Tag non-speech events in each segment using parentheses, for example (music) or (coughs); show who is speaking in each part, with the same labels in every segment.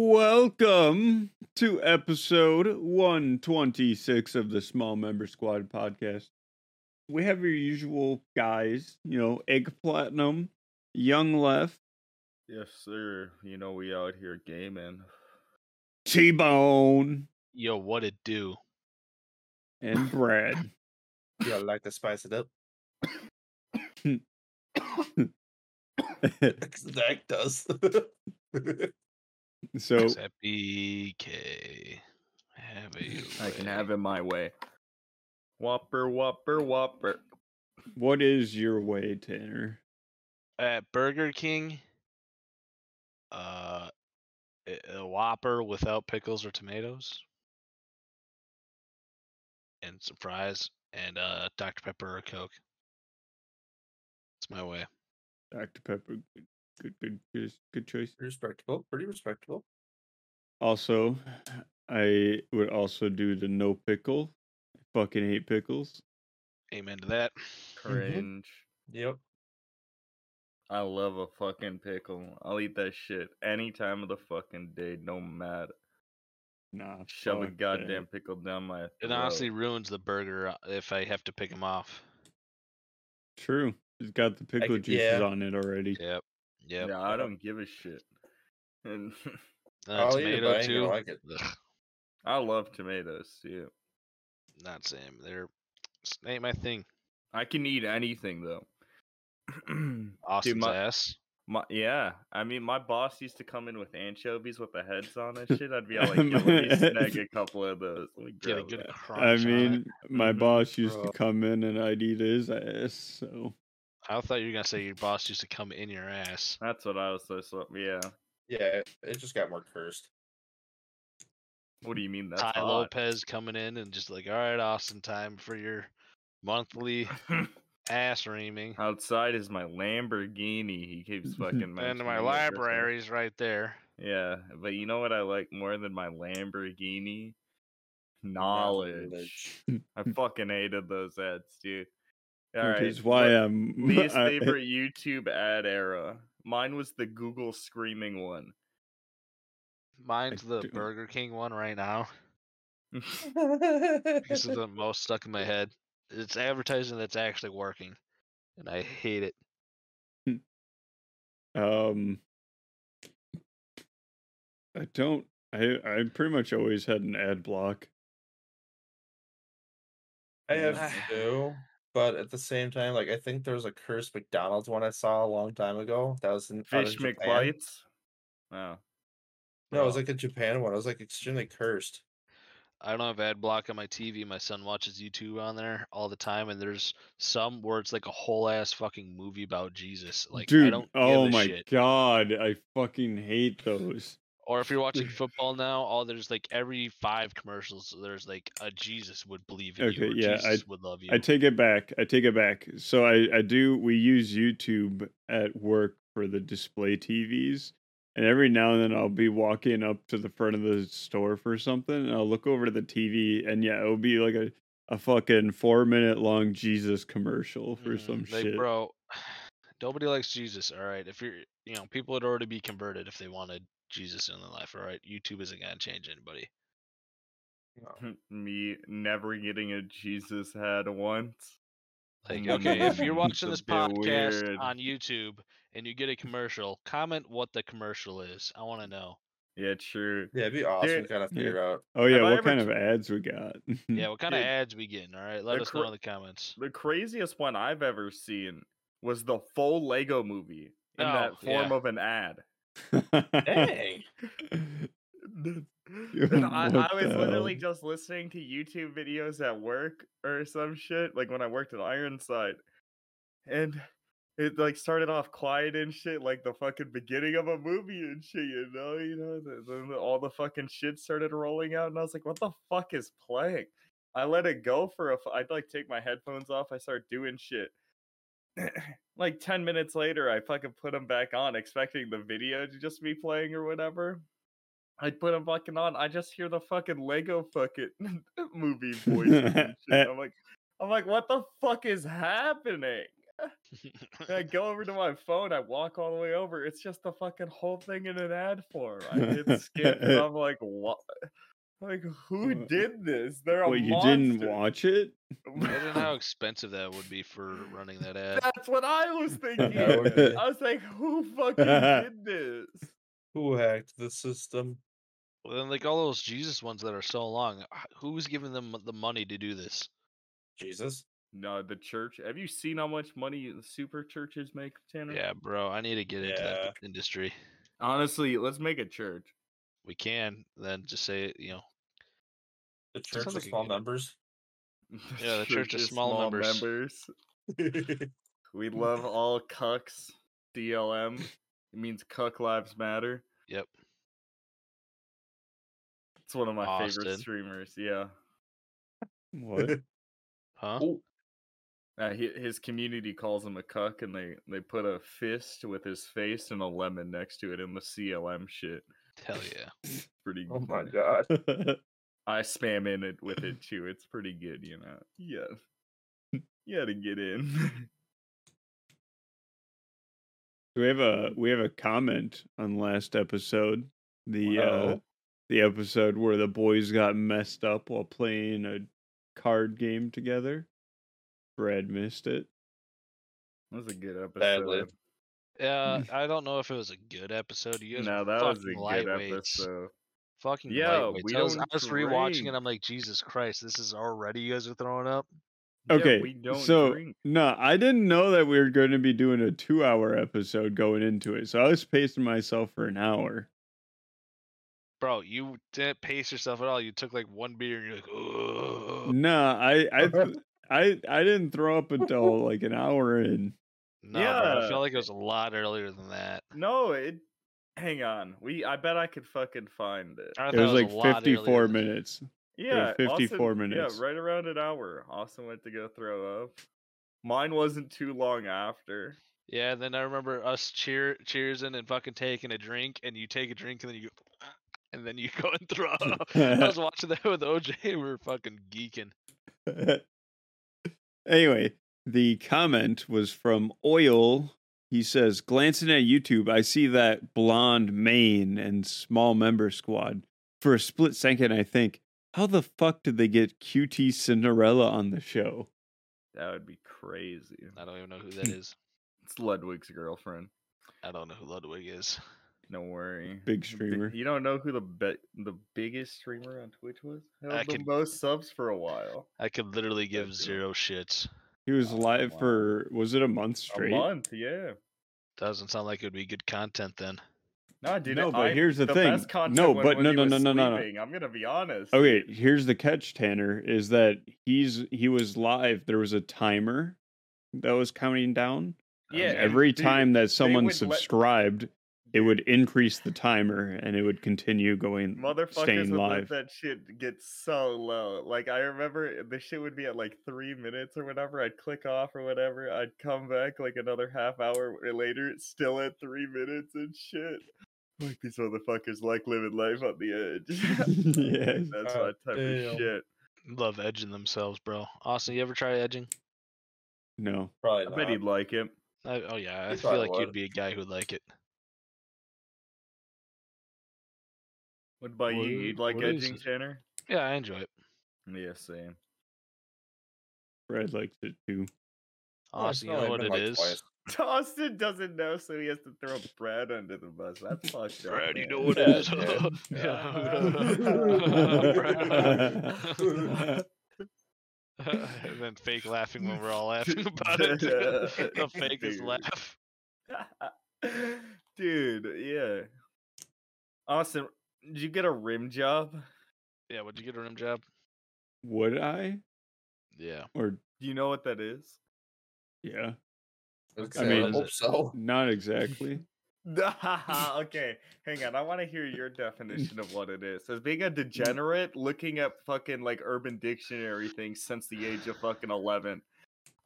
Speaker 1: Welcome to episode 126 of the Small Member Squad podcast. We have your usual guys, you know, Egg Platinum, Young Left,
Speaker 2: Yes, sir. You know we out here gaming.
Speaker 1: T Bone,
Speaker 3: Yo, what it do?
Speaker 1: and Brad. (laughs)
Speaker 4: Yeah, I like to spice it up. (laughs) Zach does. (laughs)
Speaker 1: so,
Speaker 3: Except BK. Have
Speaker 4: (laughs)
Speaker 3: a
Speaker 2: I can (laughs)
Speaker 3: way.
Speaker 2: have it my way. Whopper, whopper, whopper.
Speaker 1: what is your way, Tanner?
Speaker 3: at Burger King. Uh, a- a Whopper without pickles or tomatoes, and some fries, and uh, Dr Pepper or Coke. It's my way.
Speaker 1: Dr. Pepper. Good, good, good, good, good choice.
Speaker 4: respectable, pretty respectable.
Speaker 1: Also, I would also do the no pickle. I fucking hate pickles.
Speaker 3: Amen to that.
Speaker 2: Mm-hmm. Cringe.
Speaker 4: Yep.
Speaker 2: I love a fucking pickle. I'll eat that shit any time of the fucking day, no matter.
Speaker 1: Nah.
Speaker 2: Shove a
Speaker 1: fuck that.
Speaker 2: goddamn pickle down my.
Speaker 3: It
Speaker 2: throat.
Speaker 3: honestly ruins the burger uh, if I have to pick them off.
Speaker 1: True. It's got the pickle
Speaker 4: could-
Speaker 1: juices
Speaker 4: yeah.
Speaker 1: on it already.
Speaker 3: Yep. Yep.
Speaker 2: Yeah, I don't give a shit. And (laughs)
Speaker 3: Uh,
Speaker 4: I'll eat it, but
Speaker 3: tomato
Speaker 4: I ain't gonna
Speaker 3: too.
Speaker 4: like it.
Speaker 3: Ugh,
Speaker 2: I love tomatoes too.
Speaker 3: not Sam. They're s- ain't my thing.
Speaker 2: I can eat anything though. (clears throat)
Speaker 3: Austin's
Speaker 2: my-
Speaker 3: ass.
Speaker 2: My, yeah, I mean, my boss used to come in with anchovies with the heads on and shit. I'd be all like, "Yo, let me snag a couple of those. Let me
Speaker 3: Get a
Speaker 2: grab
Speaker 3: good
Speaker 2: that."
Speaker 3: crunch.
Speaker 1: I
Speaker 3: on it.
Speaker 1: mean, my
Speaker 2: Mhm.
Speaker 1: boss used to
Speaker 4: Bro.
Speaker 1: come in and I'd eat his ass. So
Speaker 3: I thought you were gonna say your boss used to come in your ass.
Speaker 2: That's what I was so so. Yeah.
Speaker 4: Yeah, it, it just got more cursed.
Speaker 2: What do you mean that's
Speaker 3: Ty
Speaker 2: hot?
Speaker 3: Lopez coming in and just like, all right, Austin, time for your monthly ass reaming.
Speaker 2: (laughs) Oh, Outside is my Lamborghini. He keeps fucking
Speaker 3: And
Speaker 2: mentioning it,
Speaker 3: my
Speaker 2: that's my-
Speaker 3: library's right there.
Speaker 2: Yeah, but you know what I like more than my Lamborghini? Knowledge. I fucking hated those ads, dude. All
Speaker 1: which
Speaker 2: right,
Speaker 1: is why
Speaker 2: what-
Speaker 1: I'm (laughs)
Speaker 2: least
Speaker 1: I-
Speaker 2: favorite YouTube ad era. Mine was the Google screaming one.
Speaker 3: Mine's the
Speaker 2: (laughs)
Speaker 1: do-
Speaker 3: Burger King one right now. This is
Speaker 2: (laughs)
Speaker 4: Knowledge.
Speaker 3: the most stuck in my head. It's advertising that's actually working, and I hate it.
Speaker 1: um I don't I I pretty much always had an ad block.
Speaker 4: I have two, but at the same time, like I think there was a cursed McDonald's one I saw a long time ago. That was in out in
Speaker 2: Fish
Speaker 4: Japan.
Speaker 2: McBites. Oh.
Speaker 4: No, it was
Speaker 2: Bro.
Speaker 4: like a Japan one. It was like extremely cursed.
Speaker 3: I don't have ad block on my TV. My son watches YouTube on there all the time, and there's some where it's like a whole ass fucking movie about Jesus. Like, I
Speaker 1: Dude,
Speaker 3: don't
Speaker 1: oh
Speaker 3: give a
Speaker 1: my
Speaker 3: shit.
Speaker 1: god, I fucking hate those.
Speaker 3: Or if
Speaker 1: (laughs)
Speaker 3: you're watching football now, all there's like every five commercials, there's like a Jesus would believe in you.
Speaker 1: Okay,
Speaker 3: Or
Speaker 1: yeah, I-
Speaker 3: Jesus would love you.
Speaker 1: I take it back. I take it back. So I, I do we use YouTube at work for the display TVs. And every now and then I'll be walking up to the front of the store for something and I'll look over to the TV and yeah, it'll be like a, a fucking four minute long Jesus commercial for
Speaker 3: Mm,
Speaker 1: some
Speaker 3: like,
Speaker 1: shit.
Speaker 3: Bro, (sighs) nobody likes Jesus. All right, if you're, you know, people would already be converted if they wanted Jesus in their life. All right, YouTube isn't gonna change anybody.
Speaker 2: Mm-hmm. (laughs) Me never getting a Jesus head once.
Speaker 3: Like,
Speaker 2: my
Speaker 3: okay, if you're
Speaker 2: God,
Speaker 3: watching
Speaker 2: Mm-hmm. (laughs) it's
Speaker 3: this
Speaker 2: a bit
Speaker 3: podcast
Speaker 2: weird.
Speaker 3: on YouTube and you get a commercial, comment what the commercial is. I want to know.
Speaker 2: Yeah, true.
Speaker 4: Yeah, it'd be awesome
Speaker 2: Dude,
Speaker 4: to kind of figure out.
Speaker 1: oh yeah,
Speaker 2: have I
Speaker 1: what
Speaker 2: ever
Speaker 1: kind
Speaker 2: t-
Speaker 1: of ads we got?
Speaker 3: Yeah, what kind of
Speaker 2: Mm, Dude,
Speaker 3: ads we getting? All right, let
Speaker 2: the
Speaker 3: us know
Speaker 2: cor-
Speaker 3: in the comments.
Speaker 2: The craziest one I've ever seen was the full Lego movie in
Speaker 3: Oh,
Speaker 2: that form
Speaker 3: yeah.
Speaker 2: of an ad.
Speaker 1: (laughs)
Speaker 4: Dang.
Speaker 2: and I,
Speaker 1: What
Speaker 2: I was
Speaker 1: the
Speaker 2: literally
Speaker 1: hell?
Speaker 2: just listening to YouTube videos at work or some shit, like when I worked at Ironside. And it like started off quiet and shit, like the fucking beginning of a movie and shit, you know, you know. th- Then all the fucking shit started rolling out, and I was like, "What the fuck is playing?" I let it go for a. f- I'd like take my headphones off. I start doing shit. (clears throat) like ten minutes later, I fucking put them back on, expecting the video to just be playing or whatever. I put them fucking on. I just hear the fucking Lego fucking (laughs)
Speaker 1: (laughs)
Speaker 2: movie voices and shit. I'm like, I'm like, what the fuck is happening? And
Speaker 3: (laughs)
Speaker 2: I go (laughs) over to my phone. I walk all the way over. It's just the fucking whole thing in an ad form. I hit skip,
Speaker 1: (laughs)
Speaker 2: and I'm like, what? Like, who did this? They're a
Speaker 1: Wait, you
Speaker 2: monster.
Speaker 1: didn't watch it?
Speaker 3: Imagine (laughs) how expensive that would be for running that ad.
Speaker 2: That's what I
Speaker 3: (laughs)
Speaker 2: was thinking.
Speaker 4: That
Speaker 1: (laughs)
Speaker 4: would be-
Speaker 2: I was like, who fucking did this?
Speaker 4: Who hacked the system?
Speaker 3: Well, then, like all those Jesus ones that are so long, h- who's giving them the money to do this?
Speaker 4: Jesus.
Speaker 2: No, the church. Have you seen how much money the super churches make, Tanner?
Speaker 3: Yeah, bro, I need to get into
Speaker 4: Yeah.
Speaker 3: that b- industry.
Speaker 2: Honestly, let's make a church. (laughs)
Speaker 3: We can then just say, you know,
Speaker 4: The church
Speaker 3: sounds
Speaker 4: of
Speaker 3: like a
Speaker 4: small
Speaker 3: good-
Speaker 4: numbers. (laughs)
Speaker 3: Yeah, the church of
Speaker 2: is
Speaker 3: small members. (laughs)
Speaker 2: We love all cucks. DLM. It means cuck lives matter.
Speaker 3: yep,
Speaker 2: It's one of my
Speaker 3: Austin.
Speaker 2: favorite streamers. Yeah.
Speaker 1: What?
Speaker 3: huh?
Speaker 4: Oh,
Speaker 2: Uh, hi- his community calls him a cuck, and they they put a fist with his face and a lemon next to it in the CLM shit.
Speaker 3: Hell yeah!
Speaker 2: Pretty.
Speaker 4: oh my
Speaker 2: funny.
Speaker 4: god.
Speaker 2: I spam in it with it too. It's pretty good, you know. Yeah. You had to get in. (laughs)
Speaker 1: we have a we have a comment on last episode. The uh
Speaker 4: Wow.
Speaker 1: the episode where the boys got messed up while playing a card game together. Brad missed it.
Speaker 2: That was a good episode.
Speaker 4: Badly.
Speaker 2: (laughs)
Speaker 3: Yeah, Uh, I don't know if it was a good episode. You guys,
Speaker 2: No,
Speaker 3: were
Speaker 2: that was
Speaker 3: fucking
Speaker 2: a good
Speaker 3: lightweights.
Speaker 2: episode.
Speaker 3: Fucking
Speaker 2: Yeah,
Speaker 3: lightweights.
Speaker 2: we
Speaker 3: I was,
Speaker 2: don't
Speaker 3: I was rewatching
Speaker 2: drink.
Speaker 3: and I'm like, Jesus Christ, this is already you guys are throwing up.
Speaker 2: Yeah,
Speaker 1: Okay,
Speaker 2: we don't
Speaker 1: so
Speaker 2: drink.
Speaker 1: no, I didn't know that we were going to be doing a two-hour episode going into it. So I was pacing myself for an hour.
Speaker 3: Bro, you didn't pace yourself at all. You took like one beer and you're like, Ugh.
Speaker 1: No, I I
Speaker 3: (laughs)
Speaker 1: th- I I didn't throw up until like an hour in.
Speaker 3: No, bro, I
Speaker 2: Yeah.
Speaker 3: felt like it was a lot earlier than that.
Speaker 2: No, it. Hang on. We. I bet I could fucking find it.
Speaker 3: I
Speaker 1: It was
Speaker 3: thought
Speaker 1: like
Speaker 3: a lot earlier
Speaker 1: 54
Speaker 3: than-
Speaker 1: minutes.
Speaker 2: Yeah,
Speaker 1: 54
Speaker 2: Austin-
Speaker 1: minutes.
Speaker 2: Yeah, right around an hour. Austin went to go throw up. Mine wasn't too long after.
Speaker 3: Yeah, then I remember us cheer cheersing and fucking taking a drink, and you take a drink and then you go, (laughs) and then you go and throw. up. I was watching that with OJ. We were fucking geeking.
Speaker 1: (laughs) anyway, the comment was from Oil. He says, glancing at YouTube, I see that blonde mane and small member squad. For a split second, I think, how the fuck did they get QT Cinderella on the show?
Speaker 2: That would be crazy.
Speaker 3: I don't even know who that is.
Speaker 2: It's Ludwig's girlfriend.
Speaker 3: I don't know who Ludwig is.
Speaker 2: No worry.
Speaker 1: Big
Speaker 2: Bi-
Speaker 1: streamer.
Speaker 2: You don't know who the be- the biggest streamer on Twitch was? Held
Speaker 3: I
Speaker 2: the
Speaker 3: can-
Speaker 2: most subs for a while.
Speaker 3: I could literally give
Speaker 2: dude.
Speaker 3: zero shits.
Speaker 1: He was
Speaker 2: Oh,
Speaker 1: live
Speaker 2: wow.
Speaker 1: for, was it a month
Speaker 2: A
Speaker 1: straight?
Speaker 2: month, yeah.
Speaker 3: Doesn't sound like it would be good content then.
Speaker 2: No, dude.
Speaker 1: No, but
Speaker 2: I-
Speaker 1: here's the
Speaker 2: Best
Speaker 1: thing.
Speaker 2: content
Speaker 1: No,
Speaker 2: was
Speaker 1: but
Speaker 2: when
Speaker 1: no,
Speaker 2: he
Speaker 1: no,
Speaker 2: was
Speaker 1: no, no, no, no.
Speaker 2: sleeping, I'm gonna be honest.
Speaker 1: Okay, here's the catch, Tanner, is that he's he was live. There was a timer that was counting down.
Speaker 2: Yeah.
Speaker 1: and
Speaker 2: and
Speaker 1: every
Speaker 2: dude,
Speaker 1: time that someone
Speaker 2: would let-
Speaker 1: subscribed, it would increase the timer and it would continue going
Speaker 2: Motherfuckers
Speaker 1: staying
Speaker 2: would
Speaker 1: live.
Speaker 2: let that shit get so low. Like I remember eh, the shit would be at like three minutes or whatever. I'd click off or whatever. I'd come back like another half hour later, it's still at three minutes and shit. Like these motherfuckers like living life on the edge. (laughs)
Speaker 1: Yes.
Speaker 2: That's
Speaker 4: Oh,
Speaker 2: my type
Speaker 4: damn.
Speaker 2: of shit.
Speaker 3: Love edging themselves, bro. Austin, you ever try edging?
Speaker 1: No.
Speaker 4: Probably
Speaker 2: I
Speaker 4: not. Oh,
Speaker 2: bet he'd like it.
Speaker 3: I, oh yeah,
Speaker 4: You
Speaker 3: I feel
Speaker 4: probably
Speaker 3: like you'd
Speaker 4: would.
Speaker 3: be a guy who'd like it.
Speaker 2: What about
Speaker 3: What-
Speaker 2: you? You'd like
Speaker 3: what is
Speaker 2: edging,
Speaker 3: it?
Speaker 2: Tanner?
Speaker 3: Yeah, I enjoy it.
Speaker 2: Yeah, same.
Speaker 1: Brad liked it too.
Speaker 4: Oh, it's
Speaker 3: Austin, you
Speaker 4: only
Speaker 3: know what
Speaker 4: been
Speaker 3: it
Speaker 4: like
Speaker 3: is?
Speaker 4: twice.
Speaker 2: Austin doesn't know, so he has to throw Brad under the bus. That's fucked up.
Speaker 3: Brad, you know
Speaker 2: man.
Speaker 3: what it
Speaker 4: Yeah, (laughs)
Speaker 3: is.
Speaker 4: dude.
Speaker 3: (laughs) Brad. (laughs)
Speaker 4: (laughs)
Speaker 3: and then fake laughing when we're all laughing about it. (laughs) the fakest
Speaker 2: Dude.
Speaker 3: laugh.
Speaker 2: (laughs) Dude, yeah. Austin, did you get a rim job?
Speaker 3: Yeah, would you get a rim job?
Speaker 1: (laughs) Would I?
Speaker 3: Yeah.
Speaker 1: Or
Speaker 2: Do you know what that is? (laughs)
Speaker 1: yeah.
Speaker 4: I was
Speaker 3: I
Speaker 4: gonna say, I
Speaker 1: mean-
Speaker 4: hope so. (laughs)
Speaker 1: Not exactly.
Speaker 2: okay, hang on. I want to hear your definition of what it is. As being a degenerate, looking at fucking like Urban Dictionary things since the age of fucking 11,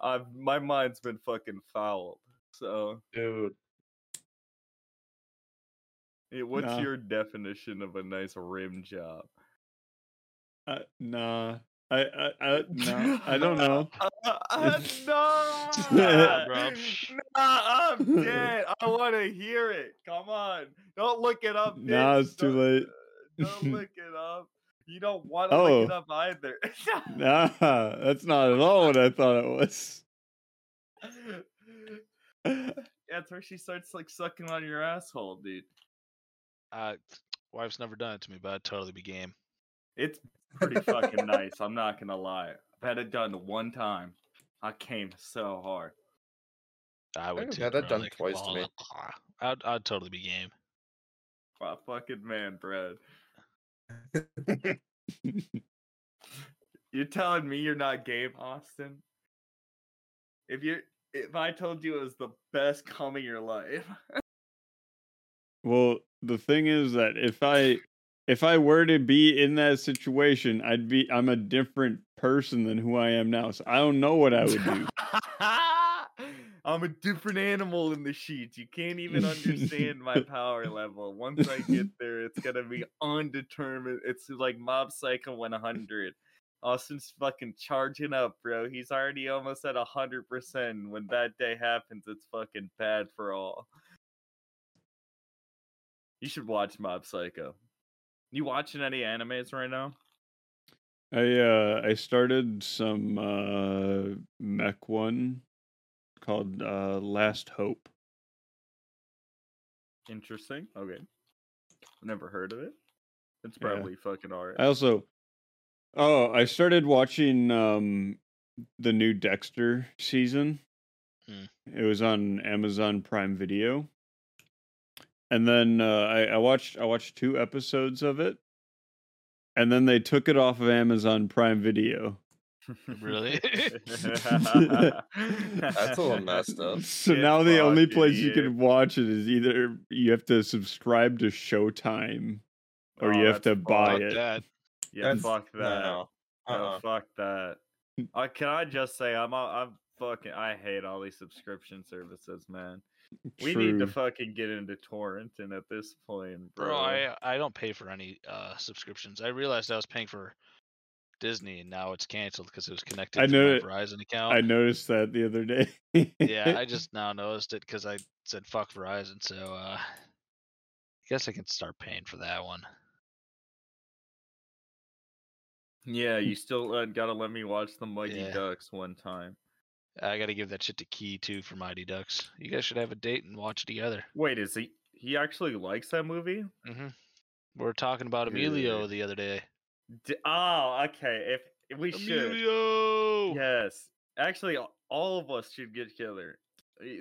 Speaker 2: I've, my mind's been fucking fouled. So,
Speaker 4: Dude.
Speaker 2: eh, what's
Speaker 1: Nah.
Speaker 2: your definition of a nice rim job?
Speaker 1: Uh, nah. I, I, I,
Speaker 2: (laughs)
Speaker 1: no, I don't know.
Speaker 2: Uh,
Speaker 1: (laughs)
Speaker 2: no,
Speaker 1: Nah,
Speaker 3: bro.
Speaker 2: Nah, I'm dead. I want to hear it. Come on, don't look it up. Bitch.
Speaker 1: Nah, it's too
Speaker 2: Don't- uh,
Speaker 1: late.
Speaker 2: Don't
Speaker 1: (laughs)
Speaker 2: look it up. You don't want to look it
Speaker 1: Oh.
Speaker 2: up either. (laughs)
Speaker 1: Nah, that's not at all what I thought it was.
Speaker 2: That's where she starts like sucking on your asshole, dude.
Speaker 3: Uh, wife's never done it to me, but I'd totally be game.
Speaker 2: It's pretty fucking
Speaker 4: (laughs)
Speaker 2: nice. I'm not gonna lie. I've had it done one time. I came so hard.
Speaker 3: I would
Speaker 4: I've
Speaker 3: too.
Speaker 4: had that
Speaker 3: bro,
Speaker 4: done
Speaker 3: like,
Speaker 4: twice to me.
Speaker 3: I'd, I'd totally be game.
Speaker 4: (laughs)
Speaker 2: My fucking man, Brad. You're telling me you're not game, Austin? If you if I told you it was the best cum of your life, (laughs)
Speaker 1: Well, the thing is that if I if I were to be in that situation, I'd be I'm a different person than who I am now. So I don't know what I would do.
Speaker 2: (laughs) I'm a different animal in the sheets. You can't even understand my power level. Once I get there, it's gonna be undetermined. It's like Mob Psycho 100. Austin's fucking charging up, bro. He's already almost at 100%. When that day happens, it's fucking bad for all. You should watch Mob Psycho. You watching any animes right now?
Speaker 1: I uh I started some uh mech one called uh Last Hope.
Speaker 2: Interesting. Okay. Never heard of it. It's
Speaker 1: Yeah.
Speaker 2: probably fucking alright. (laughs)
Speaker 1: I (laughs) also Oh, I started watching um the new Dexter season.
Speaker 3: Mm.
Speaker 1: It was on Amazon Prime Video. And then uh, I, I watched I watched two episodes of it. And then they took it off of Amazon Prime Video.
Speaker 3: (laughs) Really?
Speaker 4: That's
Speaker 2: That's
Speaker 4: a little messed
Speaker 1: (laughs)
Speaker 4: up.
Speaker 1: So
Speaker 2: Yeah,
Speaker 1: now the only
Speaker 2: fuck,
Speaker 1: place you
Speaker 2: idiot.
Speaker 1: can watch it is either you have to subscribe to Showtime or you have to buy
Speaker 3: Fuck
Speaker 1: it.
Speaker 3: that.
Speaker 2: Yeah,
Speaker 4: That's-
Speaker 2: fuck that.
Speaker 4: No,
Speaker 2: No,
Speaker 4: uh-uh.
Speaker 2: fuck that.
Speaker 1: Mm.
Speaker 2: Uh, can I just say I'm all- I'm fucking I hate all these subscription services, man. We need to
Speaker 1: True.
Speaker 2: fucking get into torrenting at this point, bro.
Speaker 3: Bro, I, I don't pay for any uh, subscriptions. I realized I was paying for Disney, and now it's canceled because it was connected
Speaker 1: I
Speaker 3: to
Speaker 1: know
Speaker 3: my
Speaker 1: it-
Speaker 3: Verizon account.
Speaker 1: I noticed that the other day.
Speaker 3: yeah,
Speaker 1: (laughs)
Speaker 3: I just now noticed it because I said fuck Verizon, so uh, I guess I can start paying for that one.
Speaker 2: Yeah, you still uh, gotta let me watch the Muggy
Speaker 3: Yeah.
Speaker 2: Ducks one time.
Speaker 3: I gotta give that shit to Key too for Mighty Ducks. You guys should have a date and watch it together.
Speaker 2: Wait, is he he actually likes that movie?
Speaker 3: Mm-hmm. We were talking about Emilio
Speaker 2: Dude.
Speaker 3: the other day.
Speaker 2: D- oh, okay. If we should,
Speaker 3: (laughs) Emilio.
Speaker 2: Yes. Actually, a- all of us should get together. I-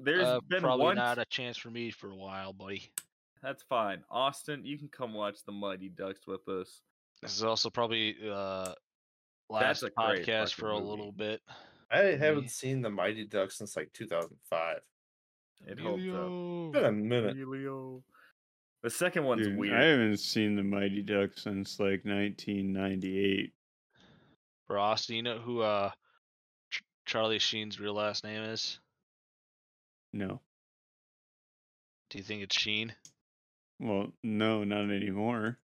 Speaker 2: There's
Speaker 3: Uh,
Speaker 2: been
Speaker 3: probably
Speaker 2: one.
Speaker 3: not a chance for me for a while, buddy.
Speaker 2: That's fine. Austin, you can come watch the Mighty Ducks with us.
Speaker 3: This is also probably uh
Speaker 2: That's
Speaker 3: last
Speaker 2: a great
Speaker 3: podcast
Speaker 2: fucking
Speaker 3: for a
Speaker 2: movie.
Speaker 3: little bit.
Speaker 4: I
Speaker 3: Me.
Speaker 4: haven't seen the Mighty Duck since like 2005.
Speaker 2: It holds up.
Speaker 4: It's been a
Speaker 3: Emilio.
Speaker 4: minute. (laughs)
Speaker 2: Emilio. The second one's
Speaker 1: Dude, I
Speaker 2: weird.
Speaker 1: haven't seen the Mighty Duck since like 1998.
Speaker 3: Ross, do you know who uh Ch- Charlie Sheen's real last name is?
Speaker 1: No.
Speaker 3: Do you think it's Sheen?
Speaker 1: Well, no, not anymore.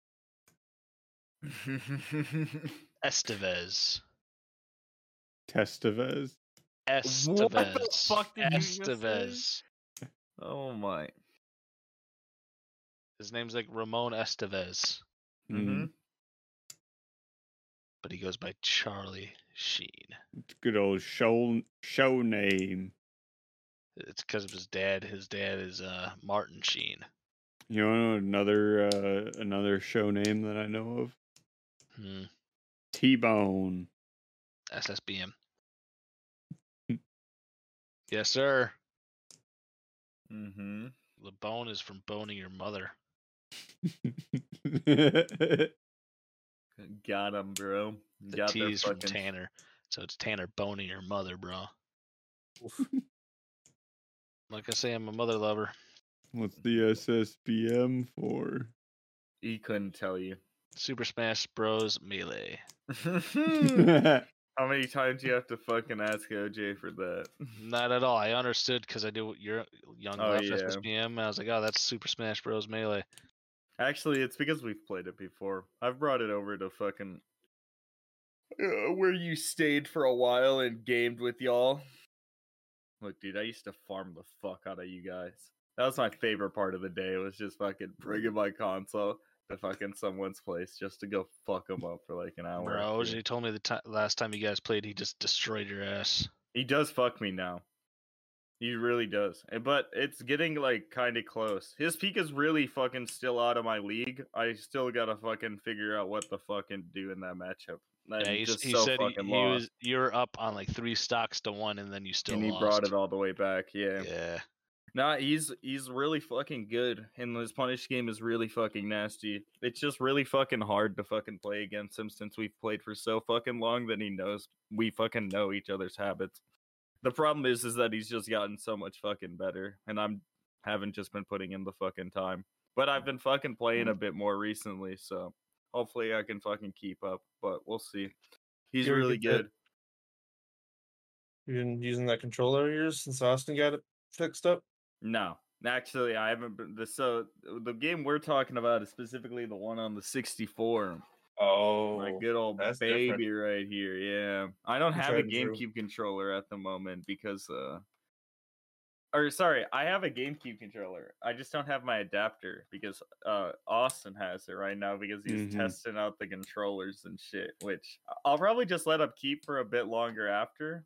Speaker 3: Estevez.
Speaker 1: Testavez.
Speaker 3: Estevez.
Speaker 2: What the fuck did you just say?
Speaker 3: Estevez.
Speaker 2: oh my.
Speaker 3: His name's like Ramon Estevez,
Speaker 1: Mm, Hmm.
Speaker 2: Mhm.
Speaker 3: but he goes by Charlie Sheen.
Speaker 1: Good old show show name.
Speaker 3: It's because of his dad. His dad is uh Martin Sheen.
Speaker 1: You know another uh, another show name that I know of?
Speaker 3: Hmm.
Speaker 1: T Bone.
Speaker 3: SSBM.
Speaker 2: Hmm.
Speaker 3: yes, sir.
Speaker 2: Mm-hmm.
Speaker 3: The bone is from boning your mother.
Speaker 2: Got him, bro.
Speaker 3: The
Speaker 2: Got
Speaker 3: T
Speaker 2: their
Speaker 3: is from
Speaker 2: fucking-
Speaker 3: Tanner. So it's Tanner boning your mother, bro. Like I say, I'm a mother lover.
Speaker 1: (laughs) What's the SSBM for?
Speaker 2: He couldn't tell you. (laughs)
Speaker 3: Super Smash Bros. Melee.
Speaker 2: How many times you have to fucking ask OJ for that? (laughs)
Speaker 3: Not at all. I understood because I do your young
Speaker 2: Oh,
Speaker 3: oh,
Speaker 2: yeah.
Speaker 3: SSBM. And I was like, oh, that's Super Smash Bros. Melee.
Speaker 2: Actually, it's because we've played it before. I've brought it over to fucking uh, where you stayed for a while and gamed with y'all. Look, dude, I used to farm the fuck out of you guys. That was my favorite part of the day. Was just fucking bringing my console to fucking someone's place just to go fuck them up for like an hour. or
Speaker 3: Bro,
Speaker 2: two.
Speaker 3: OJ told me the ti last time you guys played, he just destroyed your ass.
Speaker 2: He does fuck me now. He really does. And- But it's getting like kind of close. His peak is really fucking still out of my league. I still gotta fucking figure out what the fucking do in that matchup. I'm
Speaker 3: Yeah, he, s-
Speaker 2: just
Speaker 3: he
Speaker 2: so
Speaker 3: said he,
Speaker 2: fucking
Speaker 3: he
Speaker 2: lost.
Speaker 3: was you were up on like three stocks to one, and then you still
Speaker 2: and he
Speaker 3: lost.
Speaker 2: brought it all the way back. Yeah.
Speaker 3: Yeah,
Speaker 2: Nah, he's he's really fucking good, and his punish game is really fucking nasty. It's just really fucking hard to fucking play against him since we've played for so fucking long that he knows we fucking know each other's habits. The problem is, is that he's just gotten so much fucking better, and I'm haven't just been putting in the fucking time. But I've been fucking playing a bit more recently, so hopefully I can fucking keep up. But we'll see. He's
Speaker 4: Here we
Speaker 2: really
Speaker 4: can fit-
Speaker 2: good.
Speaker 4: You've been using that controller of yours since Austin got it fixed up.
Speaker 2: No, actually, I haven't. Been, the, so the game we're talking about is specifically the one on the 64.
Speaker 4: Oh,
Speaker 2: My good old
Speaker 4: that's
Speaker 2: baby
Speaker 4: different.
Speaker 2: right here. Yeah, I don't have a
Speaker 4: tried and true.
Speaker 2: GameCube controller at the moment because, uh, or sorry, I have a GameCube controller. I just don't have my adapter because uh Austin has it right now because he's
Speaker 1: Mhm.
Speaker 2: testing out the controllers and shit, which I'll probably just let up keep for a bit longer after.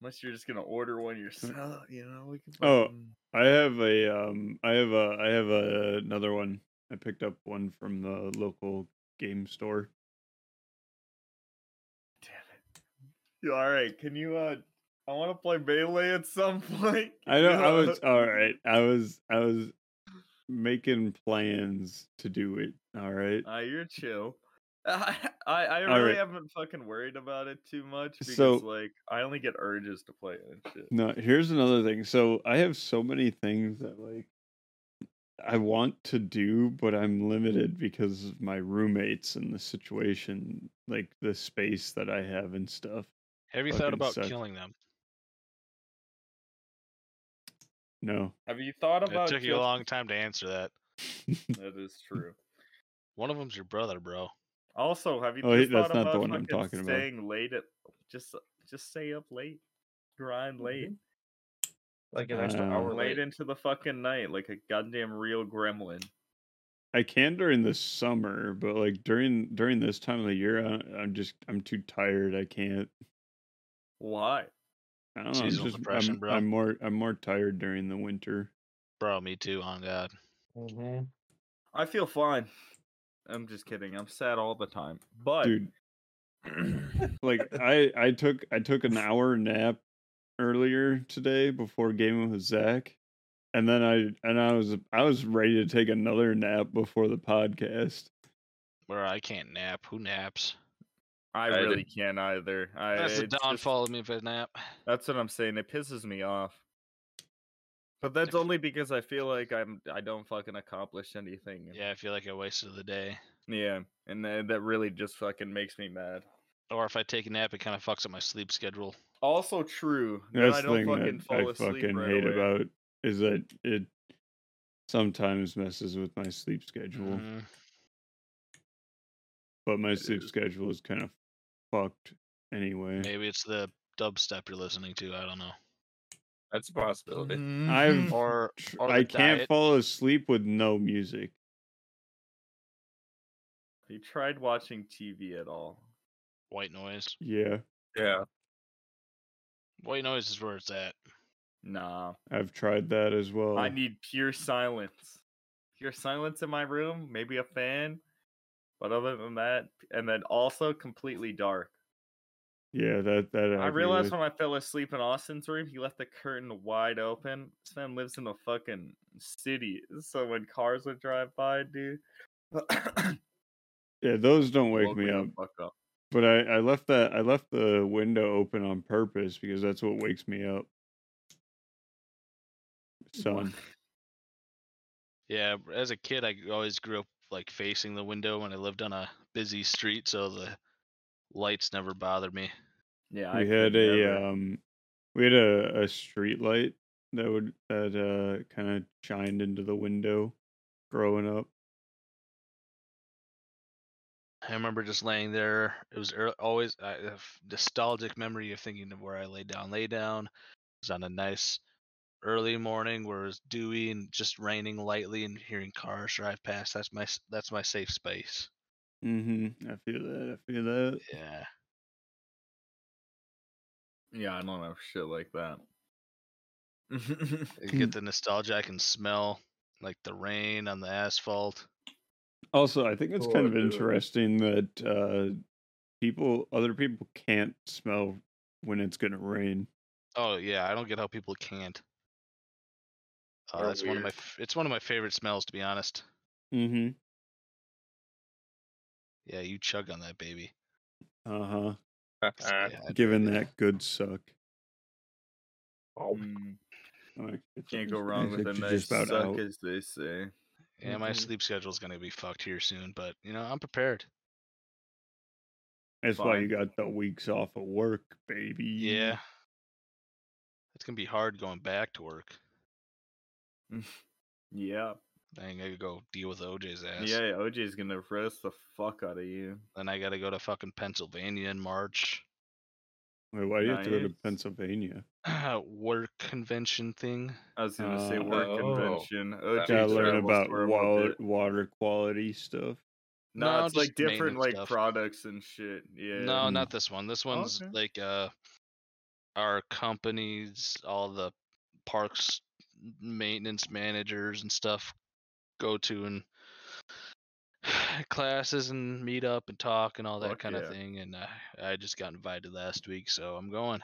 Speaker 2: Unless you're just gonna order one yourself, you know. We can
Speaker 1: Oh,
Speaker 2: fucking-
Speaker 1: (laughs) I have a um I have a I have a, another one. I picked up one from the local game store.
Speaker 2: Damn it. You all right? Can you? uh I want to play melee at some (laughs) point.
Speaker 1: I know
Speaker 2: don't.
Speaker 1: I
Speaker 2: (laughs)
Speaker 1: was all right. I was I was making plans to do it. All right.
Speaker 2: Uh, you're chill. (laughs) I I, I
Speaker 1: All
Speaker 2: really
Speaker 1: right.
Speaker 2: haven't fucking worried about it too much because
Speaker 1: So- Mm.
Speaker 2: like I only get urges to play it and shit.
Speaker 1: No, here's another thing. So I have so many things that like I want to do, but I'm
Speaker 3: Mm.
Speaker 1: limited because of my roommates and the situation, like the space that I have and stuff.
Speaker 3: have you thought
Speaker 1: Fucking
Speaker 3: about
Speaker 1: sucked.
Speaker 3: killing them?
Speaker 1: No.
Speaker 2: Have you thought
Speaker 3: It
Speaker 2: about?
Speaker 3: took you a long time to answer that.
Speaker 2: (laughs) That is true.
Speaker 3: One of them's your brother, bro.
Speaker 2: Also, have you?
Speaker 1: Oh,
Speaker 2: just
Speaker 1: that's
Speaker 2: thought
Speaker 1: not the
Speaker 2: about
Speaker 1: one I'm
Speaker 2: fucking
Speaker 1: talking about.
Speaker 2: staying late at just just stay up late, grind late,
Speaker 1: Mm-hmm.
Speaker 4: like an extra
Speaker 1: Uh,
Speaker 4: hour
Speaker 2: late
Speaker 4: late.
Speaker 2: into the fucking night like a goddamn real gremlin.
Speaker 1: I can during the summer, but like during during this time of the year, I, I'm just I'm too tired. I can't.
Speaker 2: Why?
Speaker 1: I don't know. I'm,
Speaker 3: Seasonal
Speaker 1: just,
Speaker 3: depression,
Speaker 1: I'm,
Speaker 3: bro.
Speaker 1: I'm more I'm more tired during the winter.
Speaker 3: Bro, me too. On God,
Speaker 4: hmm
Speaker 2: I feel fine. I'm just kidding. I'm sad all the time. But
Speaker 1: Dude, like I I took I took an hour nap earlier today before gaming with Zach, and then I and I was I was ready to take another nap before the podcast.
Speaker 3: bro, I can't nap. Who naps?
Speaker 2: I
Speaker 4: I
Speaker 2: really can't either. I,
Speaker 3: That's
Speaker 2: Uh,
Speaker 3: the
Speaker 2: it's just-
Speaker 3: downfall of me if I nap.
Speaker 2: That's what I'm saying. It pisses me off. But that's
Speaker 3: If-
Speaker 2: only because I feel like I'm I don't fucking accomplish anything.
Speaker 3: Yeah, I feel like I wasted the day.
Speaker 2: Yeah. And that, that really just fucking makes me mad.
Speaker 3: Or if I take a nap, it kind of fucks up my sleep schedule.
Speaker 2: Also true. that
Speaker 1: That's
Speaker 2: I
Speaker 1: the
Speaker 2: don't
Speaker 1: thing
Speaker 2: fucking
Speaker 1: that
Speaker 2: fall
Speaker 1: I
Speaker 2: asleep
Speaker 1: fucking
Speaker 2: right
Speaker 1: hate
Speaker 2: away.
Speaker 1: about is that it sometimes messes with my sleep schedule.
Speaker 3: Mhm.
Speaker 1: But my
Speaker 2: Mm-hmm. It
Speaker 1: sleep
Speaker 2: is.
Speaker 1: schedule is kind of fucked anyway.
Speaker 3: Maybe it's the dubstep you're listening to. I don't know.
Speaker 4: (clears throat) That's a possibility.
Speaker 1: I've-
Speaker 3: Or
Speaker 1: Tr-
Speaker 3: or
Speaker 1: I
Speaker 3: the
Speaker 1: can't
Speaker 3: diet.
Speaker 1: fall asleep with no music.
Speaker 2: (laughs) You tried watching TV at all.
Speaker 3: white noise.
Speaker 1: Yeah,
Speaker 4: Yeah, (laughs)
Speaker 3: White noise is where it's at.
Speaker 2: Nah.
Speaker 1: I've tried that as well.
Speaker 2: I need pure silence. Pure silence in my room, maybe a fan. But other than that, and then also completely dark.
Speaker 1: yeah, that that
Speaker 2: I
Speaker 1: agree
Speaker 2: realized
Speaker 1: with.
Speaker 2: when I fell asleep in Austin's room, he left the curtain wide open. This man lives in a fucking city, so when cars would drive by, (coughs) dude,
Speaker 1: yeah, those don't wake
Speaker 2: woke
Speaker 1: me
Speaker 2: the
Speaker 1: up.
Speaker 2: Fuck up.
Speaker 1: But I I left that I left the window open on purpose because that's what wakes me up. Sun.
Speaker 3: Yeah, as a kid, I g- always grew up like facing the window when I lived on a busy street, so the lights never bothered me.
Speaker 2: Yeah, I
Speaker 1: we had
Speaker 2: could
Speaker 1: a
Speaker 2: never.
Speaker 1: um we had a, a street light that would that uh kind of shined into the window growing up
Speaker 3: I remember just laying there. It was ear always I I have nostalgic memory of thinking of where I lay down. Lay down. It was on a nice early morning where it was dewy and just raining lightly, and hearing cars drive past. That's my s- that's my safe space.
Speaker 1: Mm-hmm. I feel that. I feel that.
Speaker 3: Yeah.
Speaker 2: Yeah, I don't have shit like that. (laughs)
Speaker 3: I
Speaker 4: Mm.
Speaker 3: get the nostalgia. I can smell like the rain on the asphalt.
Speaker 1: Also, I think it's kind
Speaker 2: Oh,
Speaker 1: of
Speaker 2: dude.
Speaker 1: interesting that uh, people, other people, can't smell when it's gonna rain.
Speaker 3: Oh yeah, I don't get how people can't. Oh,
Speaker 4: They're
Speaker 3: that's one of my.
Speaker 4: weird.
Speaker 3: f- It's one of my favorite smells, to be honest.
Speaker 1: Mm-hmm.
Speaker 3: Yeah, you chug on that baby.
Speaker 1: Uh huh.
Speaker 3: It's-
Speaker 4: Uh, Uh-uh.
Speaker 3: yeah, I'd
Speaker 1: Given
Speaker 3: recommend-
Speaker 1: that good suck.
Speaker 4: Oh,
Speaker 1: Like, it's-
Speaker 2: Mm, Can't go
Speaker 1: it's- (laughs)
Speaker 2: wrong
Speaker 1: it's
Speaker 2: with a
Speaker 1: actually
Speaker 2: nice
Speaker 1: about
Speaker 2: suck,
Speaker 1: out.
Speaker 2: as they say.
Speaker 3: Yeah, my
Speaker 2: Mm-hmm.
Speaker 4: Mhm.
Speaker 3: sleep schedule's gonna be fucked here soon, but you know I'm prepared.
Speaker 1: That's why you
Speaker 2: fine.
Speaker 1: got the weeks off of work, baby.
Speaker 3: Yeah, it's gonna be hard going back to work.
Speaker 2: Yeah.
Speaker 3: Then I gotta go deal with OJ's ass.
Speaker 2: Yeah, OJ's gonna roast the fuck out of you.
Speaker 3: Then I gotta go to fucking Pennsylvania in March. (clears throat)
Speaker 1: Wait, why do you have to go to
Speaker 2: Nice.
Speaker 1: Pennsylvania?
Speaker 3: work convention thing.
Speaker 2: I was gonna say
Speaker 1: Uh,
Speaker 2: work
Speaker 4: Oh.
Speaker 2: convention. OJ
Speaker 1: Gotta
Speaker 4: Dude,
Speaker 1: learn
Speaker 4: travels
Speaker 1: about
Speaker 2: water.
Speaker 1: water, water quality stuff.
Speaker 2: No,
Speaker 3: No,
Speaker 2: it's
Speaker 3: just
Speaker 2: like different
Speaker 3: maintenance
Speaker 2: like
Speaker 3: stuff.
Speaker 2: products and shit. Yeah.
Speaker 3: No,
Speaker 1: Mm.
Speaker 3: not this one. This one's
Speaker 2: Oh, okay.
Speaker 3: like uh our companies, all the parks maintenance managers and stuff go to and (sighs) classes and meet up and talk and all that
Speaker 2: Fuck
Speaker 3: kind
Speaker 2: yeah.
Speaker 3: of thing. And uh, I just got invited last week, so I'm going.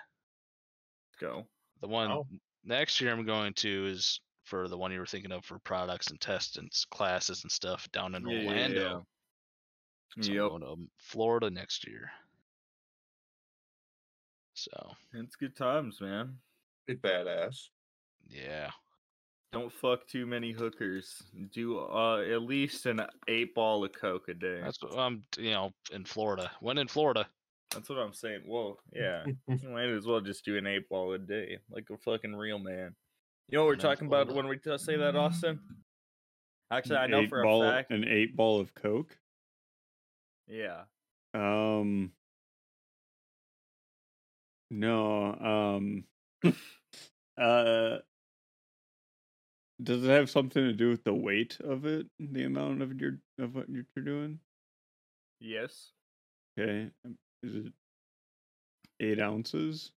Speaker 2: Go.
Speaker 3: The one
Speaker 2: Oh.
Speaker 4: Wow.
Speaker 3: next year I'm going to is for the one you were thinking of for products and tests and s- classes and stuff down in
Speaker 2: Yeah, yeah,
Speaker 3: Orlando.
Speaker 2: yeah.
Speaker 3: So
Speaker 2: Yep.
Speaker 3: I'm going to um, Florida next year. So
Speaker 2: It's good times, man.
Speaker 4: pretty badass.
Speaker 3: yeah,
Speaker 2: Don't fuck too many hookers. Do uh at least an eight ball of coke a day.
Speaker 3: that's what I'm. You know, in Florida. When in Florida,
Speaker 2: That's what I'm saying. Well,
Speaker 3: Mm.
Speaker 4: (laughs)
Speaker 2: yeah. You Might as well just do an eight ball a day, like a fucking real man. You know what we're
Speaker 3: Man,
Speaker 2: talking about
Speaker 3: hold
Speaker 2: when we t- say that, Austin? Actually, I know
Speaker 1: Eight
Speaker 2: for a
Speaker 1: ball-
Speaker 2: fact.
Speaker 1: An eight ball of Coke.
Speaker 2: Yeah.
Speaker 1: Um. No. Um. (laughs) uh. Does it have something to do with the weight of it, the amount of your of what you're doing?
Speaker 2: Yes.
Speaker 4: (laughs)
Speaker 1: Okay, um, is it eight ounces?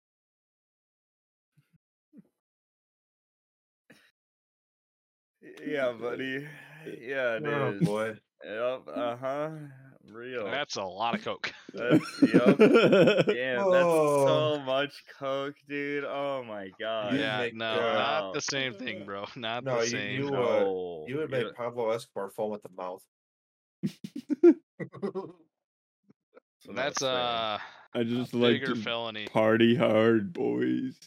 Speaker 2: Yeah, buddy. Yeah, it is.
Speaker 4: Oh boy.
Speaker 2: Yep.
Speaker 3: (laughs)
Speaker 2: Uh huh. Real.
Speaker 3: that's a lot of coke.
Speaker 2: That's-
Speaker 1: (laughs)
Speaker 2: yup. Yeah, that's
Speaker 4: Oh.
Speaker 2: so much coke, dude. Oh my god.
Speaker 4: (laughs) You
Speaker 3: yeah,
Speaker 4: make
Speaker 3: no,
Speaker 4: your-
Speaker 3: not the same thing, bro. (laughs) Not
Speaker 4: No,
Speaker 3: the
Speaker 4: you-
Speaker 3: same.
Speaker 4: you, uh,
Speaker 2: No.
Speaker 4: You would
Speaker 2: you
Speaker 4: make Pablo Escobar foam at the mouth.
Speaker 2: what I'm
Speaker 3: that's
Speaker 2: saying.
Speaker 3: uh,
Speaker 1: I
Speaker 3: a
Speaker 1: just like
Speaker 3: bigger
Speaker 1: to
Speaker 3: felony,
Speaker 1: party hard, boys.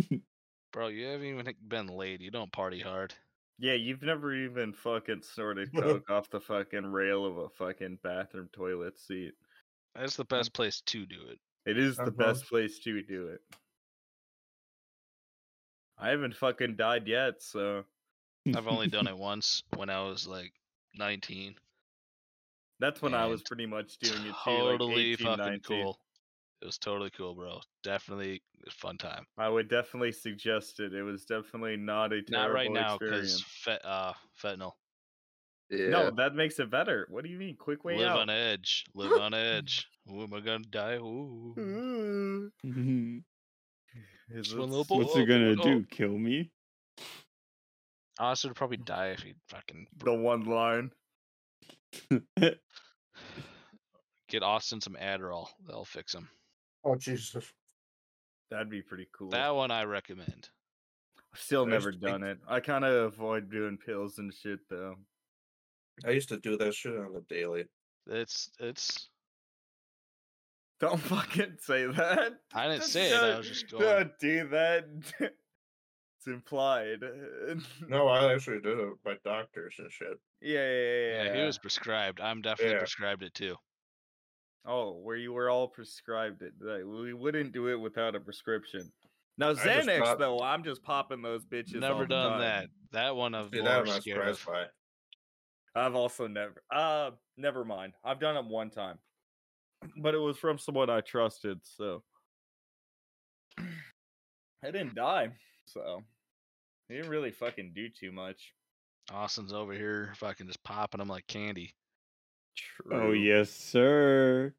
Speaker 1: (laughs)
Speaker 3: bro. You haven't even been laid. You don't party hard.
Speaker 2: Yeah, you've never even fucking snorted
Speaker 4: (laughs)
Speaker 2: coke off the fucking rail of a fucking bathroom toilet seat.
Speaker 3: That's
Speaker 1: Mm.
Speaker 3: the best place to do
Speaker 1: (laughs)
Speaker 3: it.
Speaker 2: It is the
Speaker 4: Uh-huh.
Speaker 2: best place to do it. I haven't fucking died yet, so
Speaker 3: I've only done it once when I was like 19.
Speaker 2: that's when I
Speaker 3: Man,
Speaker 2: was pretty much doing it too.
Speaker 3: totally
Speaker 2: like 18,
Speaker 3: fucking
Speaker 2: 19.
Speaker 3: cool. It was totally cool, bro. Definitely a fun time.
Speaker 2: I would definitely suggest it. It was definitely not a terrible
Speaker 3: Not right now because
Speaker 2: experience.
Speaker 3: fe- uh, fentanyl.
Speaker 4: (laughs) yeah.
Speaker 2: No, that makes it better. What do you mean? Quick way
Speaker 3: Live
Speaker 2: out. (laughs)
Speaker 3: on edge. Live on edge. Ooh, am I gonna die? Ooh.
Speaker 2: Mm. Ooh.
Speaker 1: (laughs)
Speaker 2: Is
Speaker 3: Just one
Speaker 2: it
Speaker 3: little
Speaker 2: s-
Speaker 3: bowl.
Speaker 1: What's it
Speaker 3: Oh,
Speaker 1: gonna
Speaker 3: oh.
Speaker 1: do? Kill me? (laughs)
Speaker 3: Austin would probably die if he fucking
Speaker 2: The one line.
Speaker 1: Oh,
Speaker 3: get Austin some Adderall. That'll fix him.
Speaker 4: Oh Jesus.
Speaker 2: That'd be pretty cool.
Speaker 3: That one I recommend.
Speaker 2: I've still
Speaker 4: I
Speaker 2: never
Speaker 4: used to think-
Speaker 2: done it. I kind of avoid doing pills and shit though. (laughs)
Speaker 4: I used to do that shit on the daily.
Speaker 3: It's it's.
Speaker 2: Don't fucking say that.
Speaker 3: I didn't say it. I was just
Speaker 2: Don't-
Speaker 3: going.
Speaker 2: Don't do that. (laughs) it's implied. (laughs) yeah,
Speaker 4: No, I actually did it by doctors and shit.
Speaker 2: yeah, yeah,
Speaker 3: Yeah,
Speaker 2: yeah.
Speaker 3: he was prescribed. I'm definitely
Speaker 4: Yeah.
Speaker 3: prescribed it too.
Speaker 2: Oh, where you were all prescribed it. Like, we wouldn't do it without a prescription. Now
Speaker 4: just
Speaker 2: Xanax,
Speaker 4: pop-
Speaker 2: though, I'm just popping those bitches. all
Speaker 3: Never
Speaker 2: the
Speaker 3: done
Speaker 2: time.
Speaker 3: that. That one of
Speaker 4: See, that
Speaker 3: more
Speaker 4: I'm not
Speaker 3: scared
Speaker 4: surprised
Speaker 3: of.
Speaker 4: by.
Speaker 2: I've also never uh never mind. I've done it one time. But it was from someone I trusted, so I didn't die. So he didn't really fucking do too much.
Speaker 3: Austin's over here fucking just popping them like candy.
Speaker 2: True.
Speaker 1: Oh yes, sir.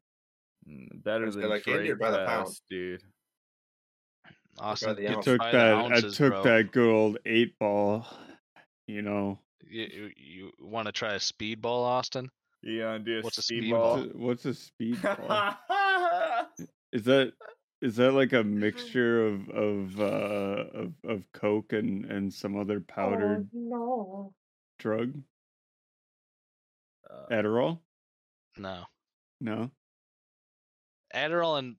Speaker 2: Mm, Better
Speaker 4: Is it
Speaker 2: than
Speaker 4: like Andy
Speaker 2: Drake
Speaker 4: or by the pound?
Speaker 2: Bass, dude.
Speaker 3: Austin,
Speaker 4: the
Speaker 3: you
Speaker 1: I
Speaker 4: ounce.
Speaker 1: took
Speaker 3: by the
Speaker 1: that. I
Speaker 3: ounces,
Speaker 1: took
Speaker 3: bro.
Speaker 1: that good old eight ball. You know
Speaker 3: You, you, want to try a speedball, Austin?
Speaker 2: Yeah, do a
Speaker 3: What's a
Speaker 1: what's
Speaker 2: (laughs) speedball.
Speaker 1: a, what's a speed
Speaker 3: (laughs)
Speaker 1: ball?
Speaker 2: I
Speaker 1: Is that is that like a mixture of of uh, of, of coke and and some other
Speaker 3: Oh.
Speaker 1: powdered drug?
Speaker 2: Uh,
Speaker 4: Eh.
Speaker 1: Adderall?
Speaker 3: No.
Speaker 1: No.
Speaker 3: Adderall and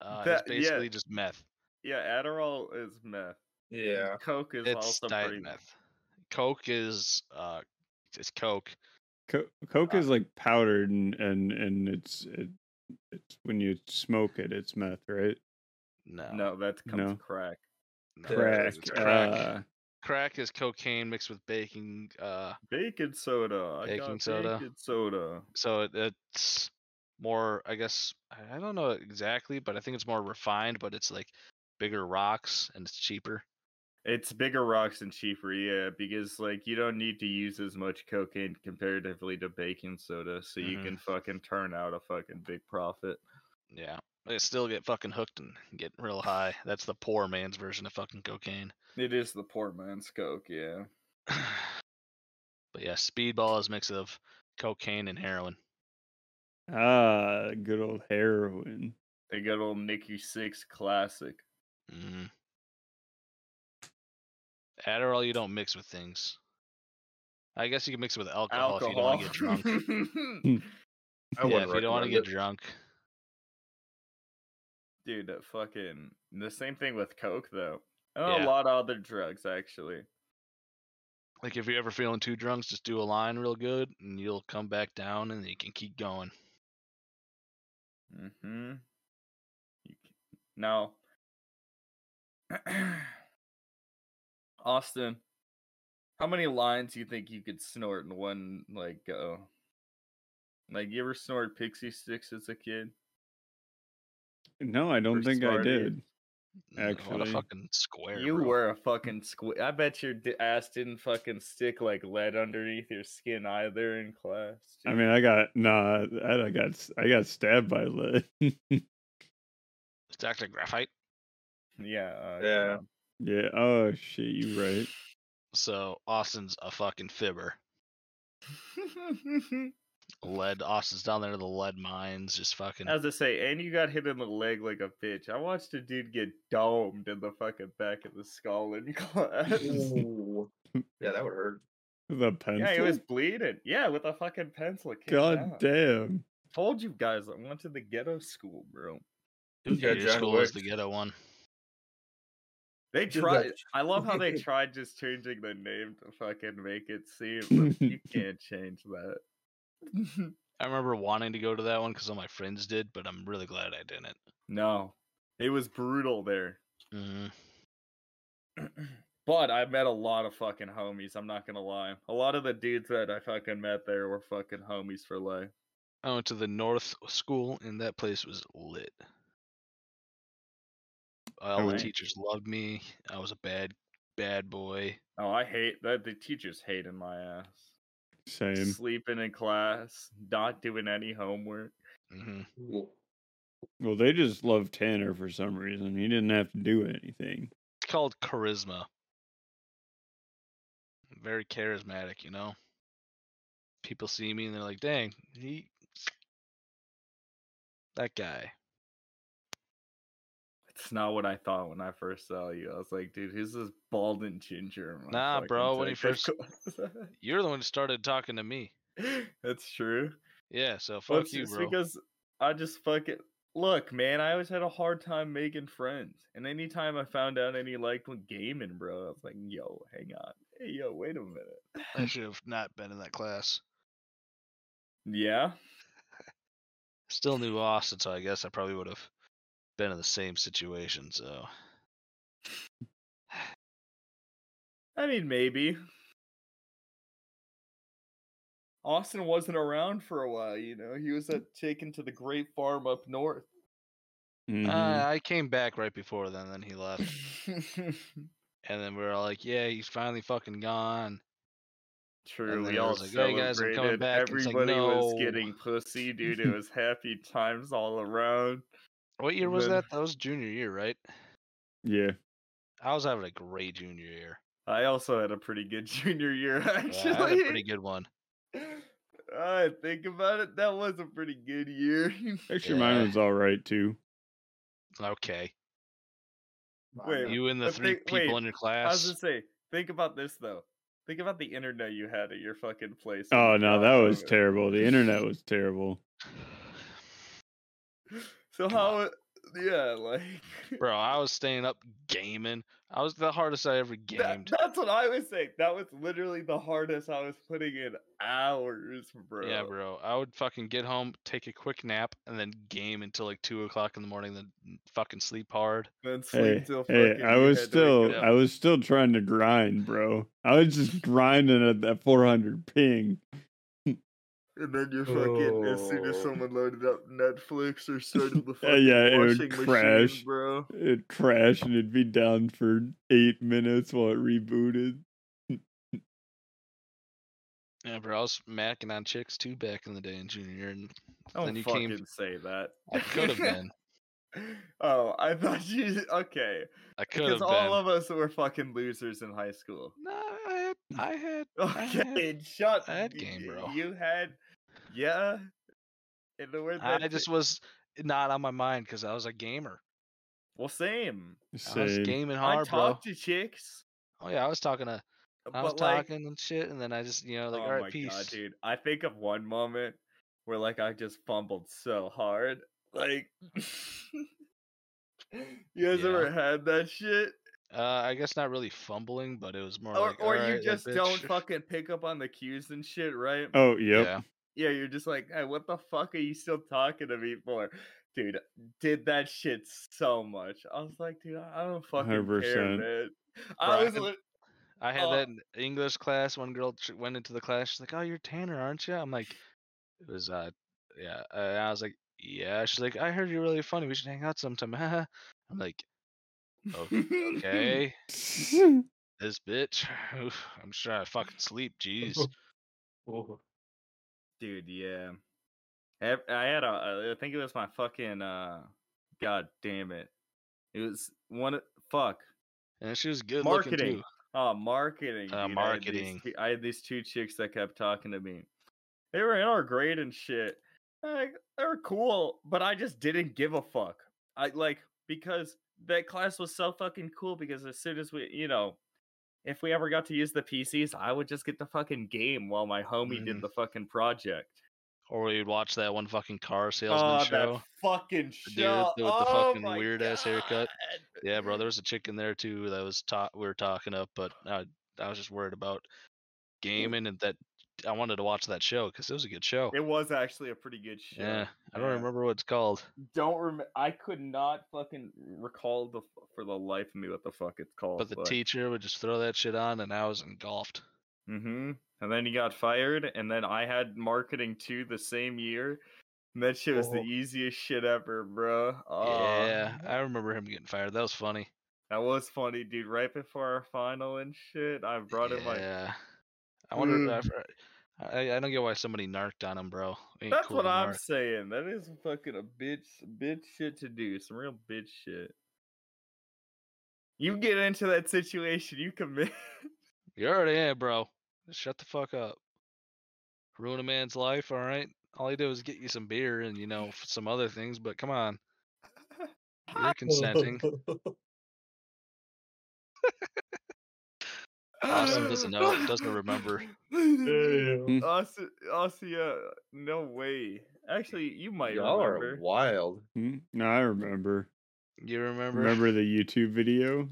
Speaker 3: uh, is
Speaker 2: That- yeah.
Speaker 3: basically just meth.
Speaker 2: yeah, Adderall is meth.
Speaker 4: Yeah.
Speaker 2: Coke is
Speaker 3: It's
Speaker 2: also
Speaker 3: diet
Speaker 2: pretty
Speaker 3: meth. Coke is uh, it's Coke.
Speaker 1: Co- coke
Speaker 3: Uh,
Speaker 1: is like powdered and and and it's it, it's when you smoke it, it's meth, right?
Speaker 3: No,
Speaker 2: No, that comes
Speaker 1: No.
Speaker 2: crack.
Speaker 3: no,
Speaker 1: Crack.
Speaker 3: it's Crack.
Speaker 1: uh,
Speaker 3: Crack is cocaine mixed with baking. Uh,
Speaker 2: Baking soda. I
Speaker 3: Baking
Speaker 2: got
Speaker 3: soda.
Speaker 2: Baking soda.
Speaker 3: so it, it's more. I guess I- I don't know exactly, but I think it's more refined. But it's like bigger rocks and it's cheaper.
Speaker 2: It's bigger rocks and cheaper, yeah, because like you don't need to use as much cocaine comparatively to baking soda, so you
Speaker 3: Mhm.
Speaker 2: can fucking turn out a fucking big profit.
Speaker 3: Yeah, they still get fucking hooked and get real high. That's the poor man's version of fucking cocaine.
Speaker 2: It is the poor man's coke, yeah.
Speaker 3: (sighs) but yeah, speedball is a mix of cocaine and heroin.
Speaker 1: ah, good old heroin.
Speaker 2: They got old Nikki Six classic.
Speaker 3: Mm. Adderall you don't mix with things. I guess you can mix it with alcohol, if you don't
Speaker 2: Alcohol.
Speaker 3: want to get drunk.
Speaker 4: (laughs)
Speaker 2: (laughs)
Speaker 3: yeah,
Speaker 4: I wouldn't
Speaker 3: if you don't want to
Speaker 4: recommend
Speaker 3: get
Speaker 4: it.
Speaker 3: drunk.
Speaker 2: Dude, that fucking the same thing with coke though. And
Speaker 3: Yeah.
Speaker 2: a lot of other drugs actually.
Speaker 3: Like if you're ever feeling too drunk, just do a line real good and you'll come back down and you can keep going.
Speaker 2: Mm-hmm. You c- Now, Austin, how many lines do you think you could snort in one like go? Like you ever snorted pixie sticks as a kid?
Speaker 1: No, I don't
Speaker 2: Or
Speaker 1: think I
Speaker 2: Smarties?
Speaker 1: did.
Speaker 3: Mm, what a
Speaker 1: Actually,
Speaker 3: fucking square.
Speaker 2: you
Speaker 3: bro.
Speaker 2: were a fucking squid. I bet your d- ass didn't fucking stick like lead underneath your skin either in class.
Speaker 1: I
Speaker 2: dude.
Speaker 1: mean, I got nah. I, I got s- I got stabbed by lead. (laughs)
Speaker 3: It's Dr. Graphite.
Speaker 2: yeah, uh,
Speaker 4: Yeah.
Speaker 2: no.
Speaker 1: yeah. Oh shit, you right.
Speaker 3: So Austin's a fucking fibber.
Speaker 2: (laughs)
Speaker 3: Lead Austin's down there to the lead mines, just fucking
Speaker 2: As I say, and you got hit in the leg like a bitch. I watched a dude get domed in the fucking back of the skull (laughs) in class.
Speaker 1: (laughs)
Speaker 4: Ooh. yeah, that would hurt.
Speaker 1: The pencil.
Speaker 2: yeah, he was bleeding. Yeah, with a fucking pencil. it came
Speaker 1: God
Speaker 2: out.
Speaker 1: damn.
Speaker 2: Told you guys I went to the ghetto school, bro.
Speaker 3: Dude,
Speaker 4: Yeah,
Speaker 3: your
Speaker 4: John
Speaker 3: school is
Speaker 4: Wick.
Speaker 3: the ghetto one.
Speaker 2: They
Speaker 4: Dude, that-
Speaker 2: tried. I love how they tried just changing the name to fucking make it seem
Speaker 1: (laughs)
Speaker 2: like you can't change that. (laughs)
Speaker 3: I remember wanting to go to that one because all my friends did, but I'm really glad I didn't.
Speaker 2: no, it was brutal there. Mm-hmm.
Speaker 3: Mm.
Speaker 2: (clears throat) But I met a lot of fucking homies. I'm not gonna lie. A lot of the dudes that I fucking met there were fucking homies for life.
Speaker 3: I went to the North School, and that place was lit. All the
Speaker 1: Alright.
Speaker 3: teachers loved me. I was a bad, bad boy.
Speaker 2: Oh, I hate that. The teachers hating my ass.
Speaker 1: Same.
Speaker 2: Sleeping in class, not doing any homework.
Speaker 3: hmm
Speaker 4: Ooh.
Speaker 1: Well, they just love Tanner for some reason. He didn't have to do anything.
Speaker 3: It's called charisma. Very charismatic, you know. People see me and they're like, "Dang, he, that guy."
Speaker 2: It's not what I thought when I first saw you. I was like, dude, who's this bald and ginger? in my
Speaker 3: Nah,
Speaker 2: fucking
Speaker 3: bro, when he
Speaker 2: second
Speaker 3: first-
Speaker 2: class?"
Speaker 3: You're the one who started talking to me.
Speaker 2: (laughs) That's true.
Speaker 3: Yeah, so
Speaker 2: Well,
Speaker 3: fuck
Speaker 2: it's
Speaker 3: you,
Speaker 2: just
Speaker 3: bro.
Speaker 2: because I just fucking look, man. I always had a hard time making friends, and anytime I found out any liked when gaming, bro, I was like, yo, hang on, hey, yo, wait a
Speaker 3: I
Speaker 2: (laughs) minute.
Speaker 3: should have not been in that class.
Speaker 2: yeah,
Speaker 3: Still knew Austin, so I guess I probably would have been in the same situation. So
Speaker 2: I mean, maybe. Austin wasn't around for a while, you know. He was uh, taken to the great farm up north. (laughs)
Speaker 1: Mm-hmm.
Speaker 2: Mm-hmm.
Speaker 3: Uh, I came back right before then, then he left.
Speaker 2: (laughs)
Speaker 3: And then we were all like, yeah, he's finally fucking gone.
Speaker 2: True,
Speaker 3: then
Speaker 2: we
Speaker 3: it
Speaker 2: all
Speaker 3: was like, "Hey, guys, I'm coming
Speaker 2: celebrated.
Speaker 3: back," and it's like,
Speaker 2: Everybody was
Speaker 3: "No."
Speaker 2: getting pussy, dude.
Speaker 3: (laughs)
Speaker 2: It was happy times all around.
Speaker 3: What year was
Speaker 2: Then-
Speaker 3: that? That was junior year, right?
Speaker 1: yeah.
Speaker 3: I was having a great
Speaker 2: (laughs)
Speaker 3: junior year.
Speaker 2: I also had a pretty good (laughs) junior year,
Speaker 3: Yeah,
Speaker 2: actually.
Speaker 3: I had a pretty good one.
Speaker 2: I think about it, that was a pretty good year. (laughs)
Speaker 1: Actually,
Speaker 3: Yeah.
Speaker 1: mine was all right too.
Speaker 3: Okay.
Speaker 2: Wait,
Speaker 3: You and the
Speaker 2: but
Speaker 3: three
Speaker 2: they-
Speaker 3: people
Speaker 2: wait,
Speaker 3: in your
Speaker 2: I was
Speaker 3: class.
Speaker 2: gonna say, think about this though. Think about the internet you had at your fucking place. when
Speaker 1: Oh
Speaker 2: you
Speaker 1: no,
Speaker 2: got
Speaker 1: that
Speaker 2: out
Speaker 1: was
Speaker 2: of it.
Speaker 1: terrible. The internet was terrible.
Speaker 2: So how? Yeah, like
Speaker 3: (sighs) Bro, I was staying up gaming. I was the hardest I
Speaker 2: (laughs)
Speaker 3: ever
Speaker 2: that-
Speaker 3: gamed.
Speaker 2: that's what I was saying. That was literally the hardest. I was putting in hours, bro.
Speaker 3: Yeah, bro. I would fucking get home, take a quick nap, and then game until like two o'clock in the morning, then mm, fucking sleep hard.
Speaker 2: Then sleep
Speaker 1: Hey,
Speaker 2: till
Speaker 1: hey,
Speaker 2: fucking
Speaker 1: I
Speaker 2: you
Speaker 1: was
Speaker 2: had to wake
Speaker 1: still
Speaker 2: up.
Speaker 1: I was still trying to grind, bro. I was just grinding at that 400 ping.
Speaker 2: And then you fucking as soon as
Speaker 4: Oh.
Speaker 2: someone loaded up Netflix or
Speaker 3: (laughs)
Speaker 2: started the
Speaker 1: Yeah,
Speaker 2: fucking
Speaker 1: yeah, it would
Speaker 2: washing machine,
Speaker 1: crash.
Speaker 2: bro.
Speaker 1: It crashed and it'd be down for eight minutes while it rebooted.
Speaker 3: Yeah, bro. I was macking on chicks too back in the day in junior year, and
Speaker 2: Don't
Speaker 3: then you
Speaker 2: Oh, fucking
Speaker 3: came.
Speaker 2: say that.
Speaker 3: I
Speaker 2: (laughs)
Speaker 3: could have been.
Speaker 2: Oh, I thought you okay.
Speaker 3: I could have
Speaker 2: Because
Speaker 3: been.
Speaker 2: all of us were fucking losers in high school. (laughs)
Speaker 3: no, I had. I had. I had-
Speaker 2: Okay, shut.
Speaker 3: I had
Speaker 2: y-
Speaker 3: game, bro.
Speaker 2: You had, yeah. In the word
Speaker 3: I
Speaker 2: that
Speaker 3: just was not on my mind because I was a gamer.
Speaker 2: well, same.
Speaker 3: I was
Speaker 1: Same.
Speaker 3: gaming hard,
Speaker 2: I
Speaker 3: bro.
Speaker 2: talked to chicks,
Speaker 3: Oh yeah, I was talking to. I was
Speaker 2: but like,
Speaker 3: talking and shit, and then I just you know like
Speaker 2: oh
Speaker 3: all right,
Speaker 2: my
Speaker 3: peace.
Speaker 2: god, dude! I think of one moment where like I just fumbled so hard, like. (laughs) You guys
Speaker 3: Yeah.
Speaker 2: ever had that shit,
Speaker 3: Uh, I guess not really fumbling, but it was more
Speaker 2: or
Speaker 3: like
Speaker 2: or
Speaker 3: "All
Speaker 2: you
Speaker 3: right, that
Speaker 2: just don't
Speaker 3: bitch."
Speaker 2: fucking pick up on the cues and shit, right?
Speaker 1: Oh, yep.
Speaker 3: Yeah.
Speaker 2: Yeah, you're just like, hey, what the fuck are you still talking to me for? Dude, did that shit so much. I was like, dude, I I don't fucking care,
Speaker 1: 100%.
Speaker 2: man. I was
Speaker 3: Brian-
Speaker 2: lit-
Speaker 3: I had
Speaker 2: Uh,
Speaker 3: that in English class. One girl tr- went into the class. She's like, "Oh, you're Tanner, aren't you?" I'm like, "It was uh, yeah." Uh, and I was like, "Yeah." She's like, "I heard you're really funny. We should hang out sometime." (laughs) I'm like,
Speaker 2: (laughs)
Speaker 3: "Okay,
Speaker 1: (laughs)
Speaker 3: this bitch. (laughs) Oof, I'm just trying to fucking sleep. Jeez."
Speaker 2: (laughs)
Speaker 4: (laughs)
Speaker 2: dude, yeah. Ev- I had a, I think it was my fucking, uh, god damn it. It was one, of- fuck.
Speaker 3: And she was good
Speaker 2: Marketing.
Speaker 3: looking
Speaker 2: Oh, marketing.
Speaker 3: Uh,
Speaker 2: dude. I had these
Speaker 3: marketing.
Speaker 2: two- I had, these two chicks that kept talking to me. They were in our grade and shit. Like, they were cool, but I just didn't give a fuck. I like because that class was so fucking cool. Because as soon as we, you know, if we ever got to use the PCs, I would just get the fucking game while my homie
Speaker 3: Mhm.
Speaker 2: did the fucking project.
Speaker 3: too. Or we'd watch that one fucking car salesman
Speaker 2: Oh,
Speaker 3: show.
Speaker 2: that fucking
Speaker 3: dude
Speaker 2: show
Speaker 3: with the
Speaker 2: Oh
Speaker 3: fucking
Speaker 2: my
Speaker 3: weird-ass haircut.
Speaker 2: God.
Speaker 3: Yeah, bro. There was a chick in there too that was ta- we were talking up, but I I was just worried about gaming and that I wanted to watch that show because it was a good show.
Speaker 2: It was actually a pretty good show.
Speaker 3: yeah, I don't
Speaker 2: yeah.
Speaker 3: remember what it's called.
Speaker 2: don't remember. I could not fucking recall the f- for the life of me what the Oh, fuck it's called.
Speaker 3: But the teacher would just throw that shit on, and I was engulfed.
Speaker 2: Mm-hmm. And then he got fired, and then I had marketing too the same year. And that shit was the
Speaker 4: Oh.
Speaker 2: easiest shit ever, bro.
Speaker 3: yeah, I remember him getting fired. That was funny.
Speaker 2: that was funny, dude. Right before our final and shit, I brought in my.
Speaker 3: yeah, I wonder.
Speaker 2: Mm.
Speaker 3: if I, I I don't get why somebody narked on him, bro. Ain't
Speaker 2: That's
Speaker 3: cool
Speaker 2: what
Speaker 3: to
Speaker 2: I'm
Speaker 3: narc.
Speaker 2: saying. That is fucking a bitch, bitch shit to do. Some real bitch shit. You get into that situation, you commit.
Speaker 3: You're already in, bro. Just shut the fuck up. Ruin a man's life, all right? All he did was get you some beer and, you know, f- some other things, but come on.
Speaker 2: (laughs)
Speaker 3: You're consenting.
Speaker 2: (laughs)
Speaker 3: Austin doesn't know- doesn't remember.
Speaker 4: (laughs)
Speaker 3: (laughs)
Speaker 4: Damn.
Speaker 2: Austin, Austin, yeah, no way. Actually, you might
Speaker 4: Y'all are
Speaker 2: remember.
Speaker 4: wild.
Speaker 1: Hmm? No, I remember.
Speaker 3: You remember?
Speaker 1: Remember the YouTube
Speaker 2: (laughs)
Speaker 1: video?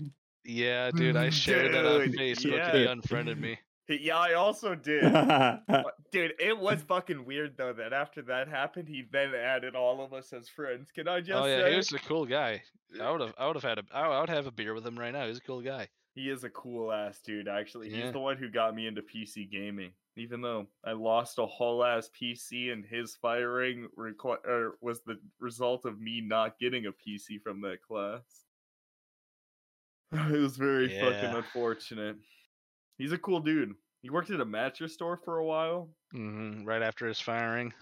Speaker 3: Yeah, dude, I shared that on
Speaker 2: Dude,
Speaker 3: Facebook
Speaker 2: yeah.
Speaker 3: and he unfriended me.
Speaker 2: yeah, I also
Speaker 3: (laughs)
Speaker 2: did.
Speaker 1: (laughs) yeah,
Speaker 2: But, Dude, it was fucking weird though that after that happened, he then added all of us as friends. Can I just
Speaker 3: oh yeah,
Speaker 2: say
Speaker 3: he was a cool guy. I would have I would have had a I I would have a beer with him right now. He's a cool guy.
Speaker 2: he is a cool ass dude, actually.
Speaker 3: Yeah.
Speaker 2: He's the one who got me into PC gaming. even though I lost a whole ass PC and his firing requ- or was the result of me not getting a PC from that class. (laughs) It was very fucking
Speaker 3: Yeah.
Speaker 2: unfortunate. He's a cool dude. He worked at a mattress store for a while. Mm-hmm,
Speaker 3: hmm Right after his firing.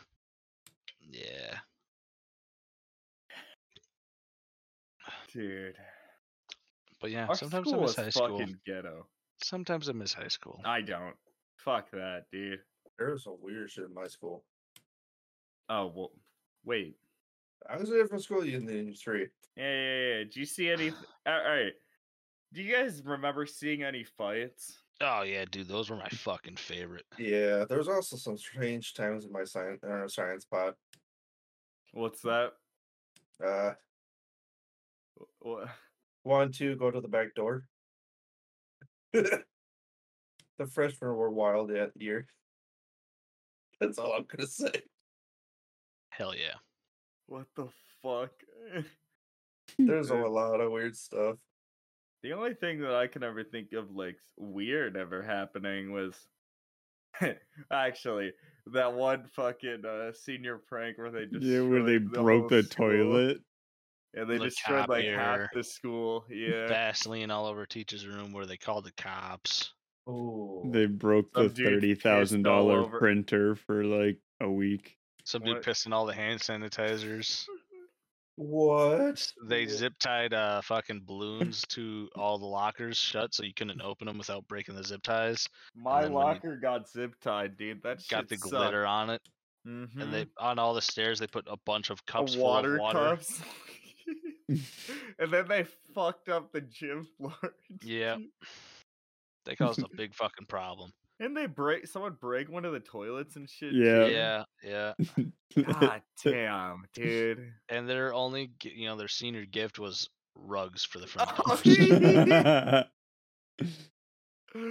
Speaker 3: Yeah.
Speaker 2: Dude,
Speaker 3: But yeah,
Speaker 2: our
Speaker 3: sometimes I
Speaker 2: school
Speaker 3: miss
Speaker 2: is
Speaker 3: high
Speaker 2: fucking
Speaker 3: school.
Speaker 2: ghetto.
Speaker 3: Sometimes I miss high school.
Speaker 2: I don't. Fuck that, dude.
Speaker 4: There was some weird shit in my school.
Speaker 2: Oh well. Wait.
Speaker 4: I was a different school in the industry.
Speaker 2: Yeah, yeah, yeah. Do you see
Speaker 1: (sighs)
Speaker 2: any? All right. Do you guys remember seeing any fights?
Speaker 3: Oh yeah, dude, those were my fucking favorite.
Speaker 4: Yeah, there was also some strange times in my science uh, science pod.
Speaker 2: What's that?
Speaker 4: Uh,
Speaker 2: Wha- (sighs)
Speaker 4: one, two, go to the back door. (laughs) the freshmen were wild that year. That's all I'm gonna say.
Speaker 3: Hell yeah.
Speaker 2: What the fuck? (laughs)
Speaker 4: There's a
Speaker 2: Uh,
Speaker 4: lot of weird stuff.
Speaker 2: The only thing that I can ever think of like s- weird ever happening was (laughs) actually that one fucking uh, senior prank where they just
Speaker 1: yeah, where they broke the toilet.
Speaker 2: and they
Speaker 3: The
Speaker 2: destroyed like half
Speaker 3: copier.
Speaker 2: the
Speaker 3: (laughs)
Speaker 2: school. Yeah,
Speaker 3: Vaseline all over teacher's room where they called the cops.
Speaker 4: Oh,
Speaker 1: They broke the
Speaker 2: Some dude
Speaker 1: thirty thousand
Speaker 2: pissed all
Speaker 1: dollar
Speaker 2: over-
Speaker 1: printer for like a week. (laughs)
Speaker 3: Some dude
Speaker 2: What?
Speaker 3: pissing all the hand sanitizers.
Speaker 4: what?
Speaker 3: They
Speaker 4: Yeah.
Speaker 3: zip tied uh fucking balloons to all the lockers shut so you couldn't open them without breaking the zip ties.
Speaker 2: my
Speaker 3: then when you-
Speaker 2: locker got zip tied, dude. That
Speaker 3: Got
Speaker 2: shit
Speaker 3: the
Speaker 2: sucked.
Speaker 3: glitter on it,
Speaker 2: Mhm.
Speaker 3: and they on all the stairs they put a bunch of
Speaker 2: A
Speaker 3: cups full of water.
Speaker 2: cups. (laughs) and then they fucked up the gym (laughs) floor.
Speaker 3: (laughs) Yeah. They caused a big fucking problem.
Speaker 2: And they break someone break one of the toilets and shit.
Speaker 1: Yeah.
Speaker 2: too?
Speaker 3: Yeah, yeah.
Speaker 2: God damn, dude.
Speaker 3: And their only, g- you know, their senior gift was rugs for the front
Speaker 2: Oh,
Speaker 3: office.
Speaker 1: (laughs)
Speaker 3: (laughs)
Speaker 1: (laughs)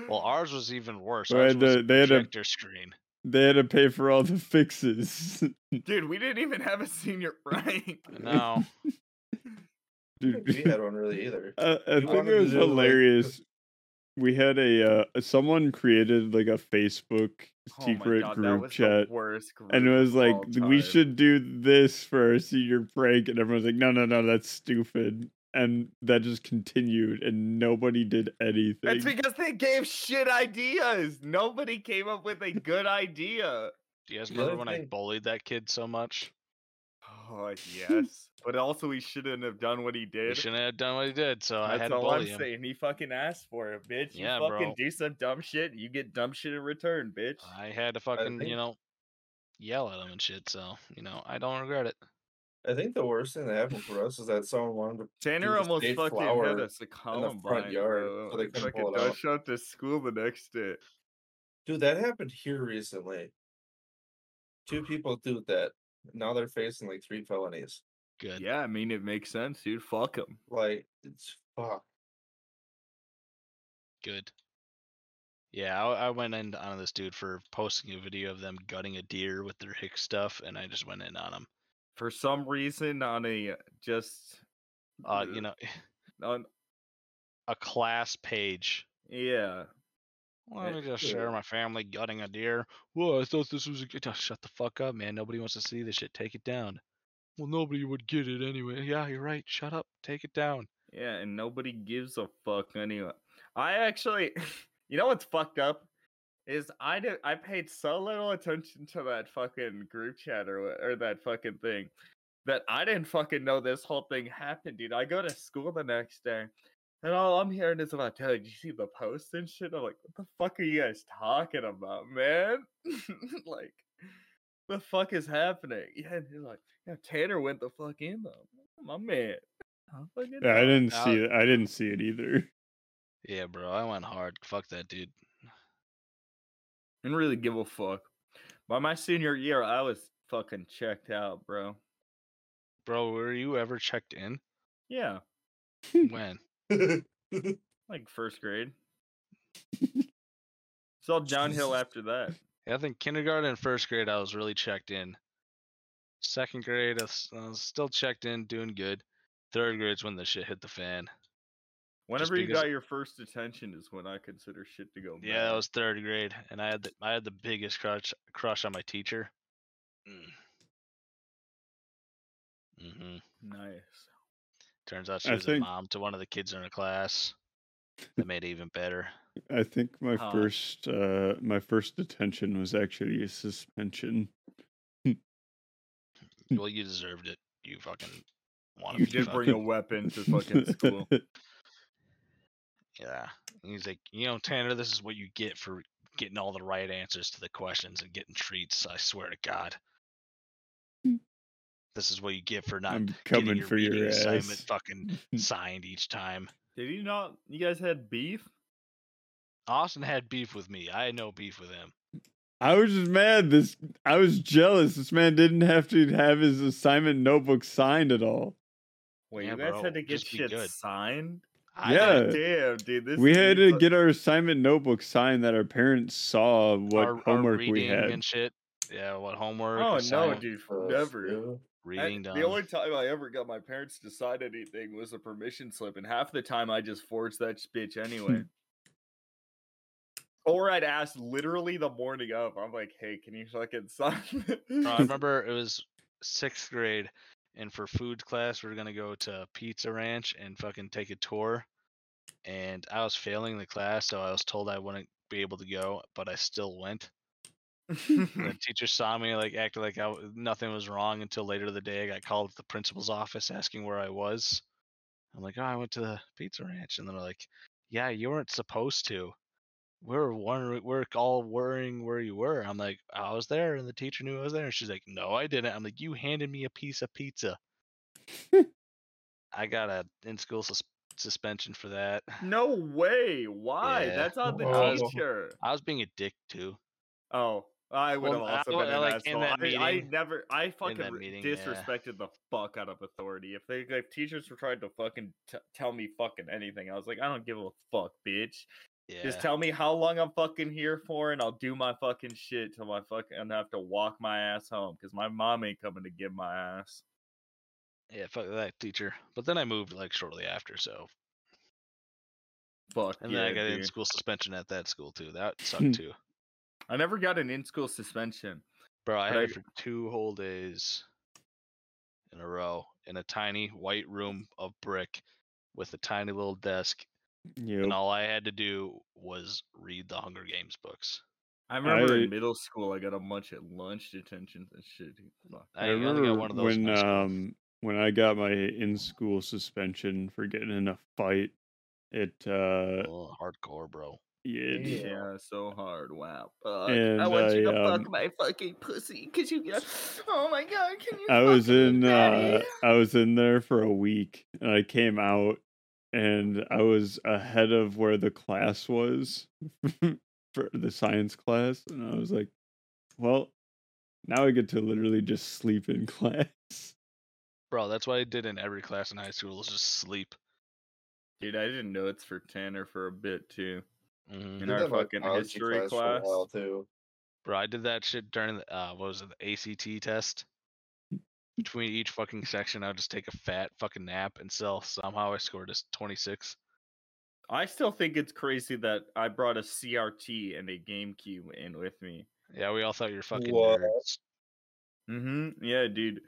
Speaker 3: Well, ours was even worse.
Speaker 1: Well,
Speaker 3: Ours
Speaker 1: had
Speaker 3: was
Speaker 1: to-
Speaker 3: a
Speaker 1: they had to-
Speaker 3: projector screen.
Speaker 1: they had to pay for all the fixes.
Speaker 2: dude, we didn't even have a senior (laughs) rank.
Speaker 3: No,
Speaker 4: I
Speaker 1: (laughs) Dude,
Speaker 4: don't think we had one
Speaker 2: (laughs)
Speaker 4: really either.
Speaker 1: (laughs) I, I
Speaker 4: You
Speaker 1: think
Speaker 4: wanted
Speaker 1: it
Speaker 4: to
Speaker 1: was
Speaker 4: do, like-
Speaker 1: hilarious. we had a uh, someone created like a Facebook secret
Speaker 2: Oh that
Speaker 1: group
Speaker 2: was
Speaker 1: chat,
Speaker 2: The worst group
Speaker 1: and it was
Speaker 2: of
Speaker 1: like,
Speaker 2: all
Speaker 1: "We
Speaker 2: time.
Speaker 1: should do this for our senior prank," and everyone's like, "No, no, no, that's stupid." And that just continued, and nobody did anything.
Speaker 2: That's because they gave shit ideas. Nobody came up with a good idea.
Speaker 3: do you guys
Speaker 4: The
Speaker 3: remember
Speaker 4: other
Speaker 3: when I
Speaker 4: thing-
Speaker 3: bullied that kid so much?
Speaker 1: (laughs)
Speaker 2: Oh yes, but also he shouldn't have done what he
Speaker 3: He
Speaker 2: did.
Speaker 3: shouldn't have done what he did, so I
Speaker 2: That's
Speaker 3: had to
Speaker 2: all I'm
Speaker 3: bully him.
Speaker 2: saying. He fucking asked for it, bitch.
Speaker 3: Yeah,
Speaker 2: you fucking
Speaker 3: bro.
Speaker 2: do some dumb shit, you get dumb shit in return, bitch.
Speaker 3: I had to fucking,
Speaker 4: think-
Speaker 3: you know, yell at him and shit. So you know, I don't regret it.
Speaker 4: I think the worst thing that happened for us is that someone wanted to.
Speaker 2: Tanner
Speaker 4: the
Speaker 2: almost
Speaker 4: state
Speaker 2: fucking
Speaker 4: flower
Speaker 2: had us a Columbine.
Speaker 4: yard,
Speaker 2: bro.
Speaker 4: so they couldn't
Speaker 2: fucking
Speaker 4: pull it
Speaker 2: dust
Speaker 4: out.
Speaker 2: shot to school the next day.
Speaker 4: Dude, that happened here recently. Two people do that. Now they're facing like three felonies.
Speaker 3: Good.
Speaker 2: Yeah, I mean it makes sense, dude. Fuck him.
Speaker 4: Like it's fuck. (laughs)
Speaker 3: Good. Yeah, I, I went in on this dude for posting a video of them gutting a deer with their hick stuff, and I just went in on him.
Speaker 2: For some reason, on a just
Speaker 3: Uh,
Speaker 2: Ugh.
Speaker 3: you know, (laughs)
Speaker 2: on
Speaker 3: a class page.
Speaker 2: yeah.
Speaker 3: Let
Speaker 4: Yeah,
Speaker 3: me just
Speaker 4: sure.
Speaker 3: share my family gutting a deer. Whoa, I thought this was a good. Shut the fuck up, man. Nobody wants to see this shit. Take it down. Well, nobody would get it anyway. Yeah, you're right. Shut up. Take it down.
Speaker 2: Yeah, and nobody gives a fuck anyway. I actually, (laughs) you know what's fucked up is I did I paid so little attention to that fucking group chat or wha- or that fucking thing that I didn't fucking know this whole thing happened, dude. I go to school the next day. And all I'm hearing is about, Taylor, did you see the post and shit? I'm like, what the fuck are you guys talking about, man? (laughs) like, the fuck is happening? Yeah, and he's like, yeah, Tanner went the fuck in though. My man. I fucking
Speaker 1: yeah, I
Speaker 2: know."
Speaker 1: didn't
Speaker 3: Now-
Speaker 1: see it. I didn't see it either.
Speaker 3: Yeah, bro. I went hard. Fuck that dude.
Speaker 2: and really give a fuck. By my senior year, I was fucking checked out, bro.
Speaker 3: Bro, were you ever checked in?
Speaker 2: Yeah,
Speaker 3: When?
Speaker 2: like first grade. It's all downhill
Speaker 1: Jesus.
Speaker 2: after that.
Speaker 3: Yeah, I think kindergarten and first grade, I was really checked in. Second grade, I s- I was still checked in, doing good. Third grade's when the shit hit the fan.
Speaker 2: Whenever you
Speaker 3: because-
Speaker 2: got your first detention is when I consider shit to go.
Speaker 3: Yeah, that
Speaker 2: bad.
Speaker 3: was third grade, and I had the, I had the biggest crush crush on my teacher.
Speaker 2: Mm.
Speaker 3: Mm-hmm.
Speaker 2: nice.
Speaker 3: Turns out she
Speaker 1: I
Speaker 3: was
Speaker 1: think-
Speaker 3: a mom to one of the kids in her class. That made it even
Speaker 2: (laughs)
Speaker 3: better.
Speaker 1: I think my
Speaker 3: Huh.
Speaker 1: first uh my first detention was actually a suspension.
Speaker 3: Well, you deserved it. You fucking want to
Speaker 2: You
Speaker 3: be
Speaker 2: did bring a
Speaker 3: fucking-
Speaker 1: (laughs)
Speaker 2: weapon to fucking
Speaker 3: (laughs)
Speaker 2: school.
Speaker 3: Yeah. And he's like, you know, Tanner, this is what you get for getting all the right answers to the questions and getting treats. I swear to God. This is what you get for not
Speaker 1: Mm. I'm
Speaker 3: getting
Speaker 1: coming for
Speaker 3: reading
Speaker 1: your
Speaker 3: assignment
Speaker 1: ass. Mm.
Speaker 3: fucking signed each time.
Speaker 2: Did you not? You guys had beef?
Speaker 3: Austin had beef with me. I had no beef with him.
Speaker 1: I was just mad. This I was jealous. This man didn't have to have his assignment notebook signed at all.
Speaker 2: Wait,
Speaker 3: Yeah,
Speaker 2: you guys
Speaker 3: bro,
Speaker 2: had to get
Speaker 3: just be
Speaker 2: shit
Speaker 3: good.
Speaker 2: signed?
Speaker 3: I
Speaker 1: Yeah,
Speaker 3: didn't-
Speaker 2: Damn, dude. This
Speaker 1: we had
Speaker 2: dude's
Speaker 1: to
Speaker 2: a-
Speaker 1: get our assignment notebook signed that our parents saw what
Speaker 3: our, our
Speaker 1: homework
Speaker 3: reading
Speaker 1: we had. (laughs)
Speaker 3: and shit. Yeah, what homework?
Speaker 2: Oh no,
Speaker 3: assignment,
Speaker 2: dude,
Speaker 4: Gross,
Speaker 2: never.
Speaker 4: ew.
Speaker 2: I-
Speaker 3: Reading done.
Speaker 2: the only time I ever got my parents to sign anything was a permission slip, and half the time I just forged that bitch
Speaker 3: (laughs)
Speaker 2: anyway. or I'd ask literally the morning of, I'm like, "Hey, can you fucking sign?" it?"
Speaker 3: Bro, Uh, I remember it was sixth grade, and for food class, we were gonna go to Pizza Ranch and fucking take a tour. And I was failing the class, so I was told I wouldn't be able to go, but I still went.
Speaker 2: (clears throat)
Speaker 3: And the teacher saw me like acting like I w- nothing was wrong until later the day. I got called to the principal's office asking where I was. I'm like, oh, I went to the Pizza Ranch, and they're like, yeah, you weren't supposed to. We were wondering, we are all worrying where you were. I'm like, I was there, and the teacher knew I was there. And she's like, No, I didn't. I'm like, You handed me a piece of
Speaker 2: (laughs)
Speaker 3: pizza. I got a in school sus- suspension for that.
Speaker 2: (laughs) no way. Why?
Speaker 3: Yeah.
Speaker 2: That's on the
Speaker 4: Wow.
Speaker 2: teacher.
Speaker 3: I was being a dick too.
Speaker 2: Oh, I would
Speaker 3: Well,
Speaker 2: have also
Speaker 3: I-
Speaker 2: been an
Speaker 3: like, in
Speaker 2: asshole.
Speaker 3: that
Speaker 2: I, I
Speaker 3: meeting-
Speaker 2: never, I fucking
Speaker 3: that
Speaker 2: re-
Speaker 3: meeting, yeah.
Speaker 2: disrespected the fuck out of authority. If they, if teachers were trying to fucking t- tell me fucking anything, I was like, I don't give a fuck, bitch.
Speaker 3: Yeah.
Speaker 2: Just tell me how long I'm fucking here for, and I'll do my fucking shit till I fucking and I have to walk my ass home because my mom ain't coming to give my ass.
Speaker 3: yeah, fuck that teacher. But then I moved like shortly after, so
Speaker 2: Fuck
Speaker 3: and
Speaker 2: yeah,
Speaker 3: then I got
Speaker 2: dude.
Speaker 3: in school suspension at that school too. That
Speaker 1: (laughs)
Speaker 3: sucked too.
Speaker 2: I never got an in-school suspension.
Speaker 3: Bro, I
Speaker 2: But
Speaker 3: had
Speaker 2: I-
Speaker 3: it for two whole days in a row in a tiny white room of brick with a tiny little desk, and
Speaker 1: Yep.
Speaker 3: all I had to do was read the Hunger Games books.
Speaker 2: I remember
Speaker 1: I-
Speaker 2: in middle school, I got a bunch of lunch detentions and shit. dude. Fuck.
Speaker 1: I
Speaker 3: only got
Speaker 1: remember
Speaker 3: one of those in
Speaker 1: when
Speaker 3: high school.
Speaker 1: um when I got my in school suspension for getting in a fight. It uh
Speaker 3: Oh, hardcore, bro.
Speaker 1: it,
Speaker 4: Yeah.
Speaker 2: Yeah, so hard. Wow. Fuck. I
Speaker 1: And
Speaker 2: want you to
Speaker 1: I,
Speaker 2: fuck
Speaker 1: um,
Speaker 2: my fucking pussy because you got. Oh my god, can you?
Speaker 1: I was
Speaker 2: fucking
Speaker 1: in uh,
Speaker 2: daddy?
Speaker 1: I was in there for a week and I came out and I was ahead of where the class was (laughs) for the science class and I was like, well, now I get to literally just sleep in (laughs) class.
Speaker 3: Bro, that's what I did in every class in high school was just sleep.
Speaker 2: Dude, I didn't know it's for Tanner for a bit too.
Speaker 3: Mhm.
Speaker 2: In
Speaker 4: Did
Speaker 2: our
Speaker 4: that in my
Speaker 2: fucking
Speaker 4: biology
Speaker 2: history
Speaker 4: for a
Speaker 2: class.
Speaker 4: while, too.
Speaker 3: Bro, I did that shit during the uh, what was it, the ACT test. Mm. Between each fucking section, I would just take a fat fucking nap, and still somehow I scored as twenty six.
Speaker 2: I still think it's crazy that I brought a CRT and a GameCube in with me.
Speaker 3: Yeah, we all thought you were fucking
Speaker 4: What?
Speaker 3: nerds.
Speaker 2: Mm-hmm. Yeah, dude.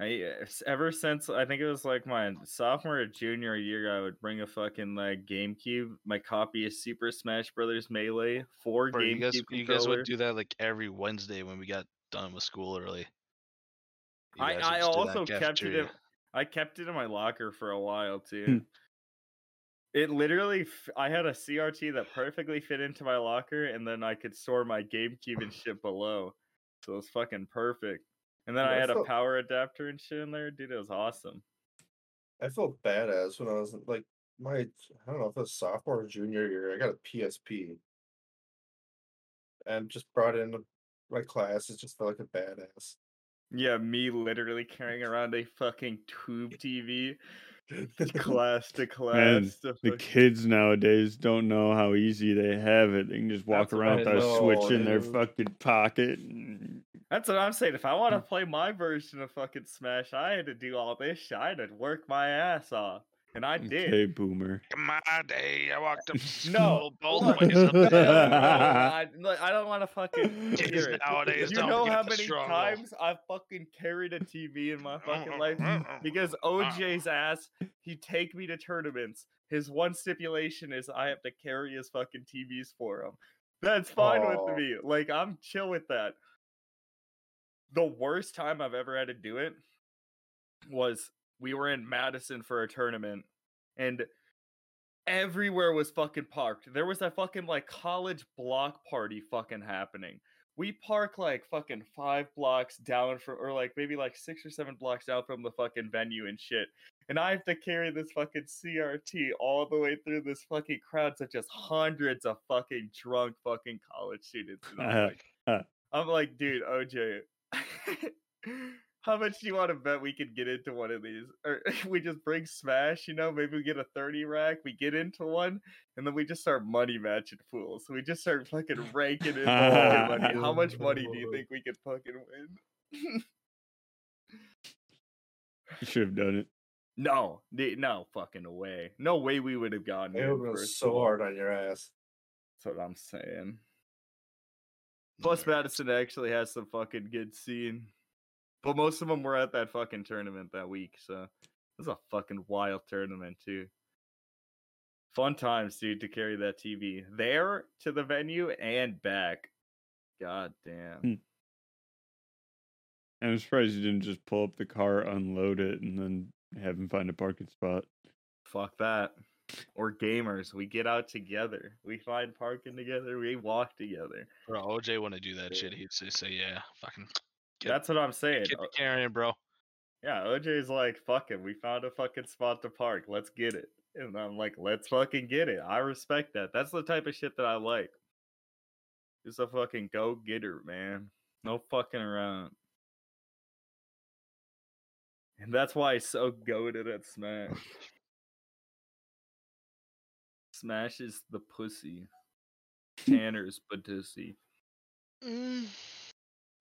Speaker 2: I uh, s- ever since I think it was like my sophomore or junior year, I would bring a fucking like GameCube, my copy of Super Smash Brothers Melee, four
Speaker 3: Bro,
Speaker 2: GameCube
Speaker 3: you guys, you guys
Speaker 2: controllers.
Speaker 3: would do that like every Wednesday when we got done with school early. You
Speaker 2: I-
Speaker 3: guys would
Speaker 2: I
Speaker 3: just do that
Speaker 2: also kept it
Speaker 3: cafeteria.
Speaker 2: in- I kept it in my locker for a while
Speaker 1: Hmm.
Speaker 2: too. it literally, f- I had a CRT that perfectly fit into my locker, and then I could store my GameCube and shit below. So it was fucking perfect. And then I
Speaker 4: Dude, I
Speaker 2: had a
Speaker 4: felt-
Speaker 2: power adapter and shit in there, dude. It was awesome.
Speaker 4: I felt badass when I was like my I don't know if it was sophomore or junior year. I got a PSP and just brought it into my class. It just felt like a badass.
Speaker 2: Yeah, me literally
Speaker 3: (laughs)
Speaker 2: carrying around a fucking tube TV, (laughs) class to class. to
Speaker 1: The
Speaker 2: fuck-
Speaker 1: kids nowadays don't know how easy they have it. They can just walk
Speaker 2: That's what
Speaker 1: around
Speaker 4: I
Speaker 1: with a switch
Speaker 4: know,
Speaker 1: in their
Speaker 4: dude.
Speaker 1: fucking pocket. and-
Speaker 2: That's what I'm saying. If I want to play my version of fucking Smash, I had to do all this shit. I had to work my ass off. and I did. (laughs)
Speaker 1: Okay, boomer.
Speaker 3: My day, I (laughs) walked up to
Speaker 2: No,
Speaker 3: school both
Speaker 2: look.
Speaker 3: ways up the
Speaker 2: No, no,
Speaker 3: hill.
Speaker 2: I, look, I don't want to fucking
Speaker 3: (laughs)
Speaker 1: Kids
Speaker 2: hear it.
Speaker 3: nowadays
Speaker 2: you
Speaker 3: don't
Speaker 2: know
Speaker 3: get
Speaker 2: how
Speaker 3: the
Speaker 2: many
Speaker 3: struggle.
Speaker 2: times I've fucking carried a TV in my (laughs) fucking life because OJ's ass, he take me to tournaments. His one stipulation is I have to carry his fucking TVs for him. That's fine
Speaker 4: Aw.
Speaker 2: with me. Like I'm chill with that. The worst time I've ever had to do it was we were in Madison for a tournament and everywhere was fucking parked. There was a fucking like college block party fucking happening. We park like fucking five blocks down from, or like maybe like six or seven blocks down from the fucking venue and shit. And I have to carry this fucking CRT all the way through this fucking crowd, such as hundreds of fucking drunk fucking college students. And
Speaker 1: (laughs)
Speaker 2: I'm like, I'm like, dude, OJ, (laughs) how much do you want to bet we could get into one of these? Or (laughs) we just bring Smash, you know, maybe we get a 30 rack, we get into one, and then we just start money matching fools. So we just start fucking ranking in the fucking money. How much money do
Speaker 4: (laughs)
Speaker 2: you think we could fucking win?
Speaker 1: You should have done it.
Speaker 2: no, the- no fucking way. No way we would have gotten
Speaker 4: (laughs) It
Speaker 2: in,
Speaker 4: would have
Speaker 2: first of
Speaker 4: so
Speaker 2: all.
Speaker 4: hard on your ass.
Speaker 2: That's what I'm saying. Plus, Madison actually has some fucking good scene. But most of them were at that fucking tournament that week, so it was a fucking wild tournament too. Fun times, dude, to carry that TV there to the venue and back. God
Speaker 1: Hmm.
Speaker 2: damn.
Speaker 1: I'm surprised you didn't just pull up the car, unload it, and then have him find a parking spot.
Speaker 2: Fuck that. Or gamers, we get out together. We find parking together. We walk together.
Speaker 3: Bro, OJ want to do that shit. He'd say, say, yeah, fucking Get-
Speaker 2: That's what I'm saying.
Speaker 3: get
Speaker 2: O-
Speaker 3: the carrying, bro.
Speaker 2: Yeah, OJ's like, fuck it, we found a fucking spot to park. Let's get it. And I'm like, let's fucking get it. I respect that. That's the type of shit that I like. Just a fucking go getter, man. No fucking around. And that's why he's so goaded at Smash. Smash is the pussy. Tanner's pussy.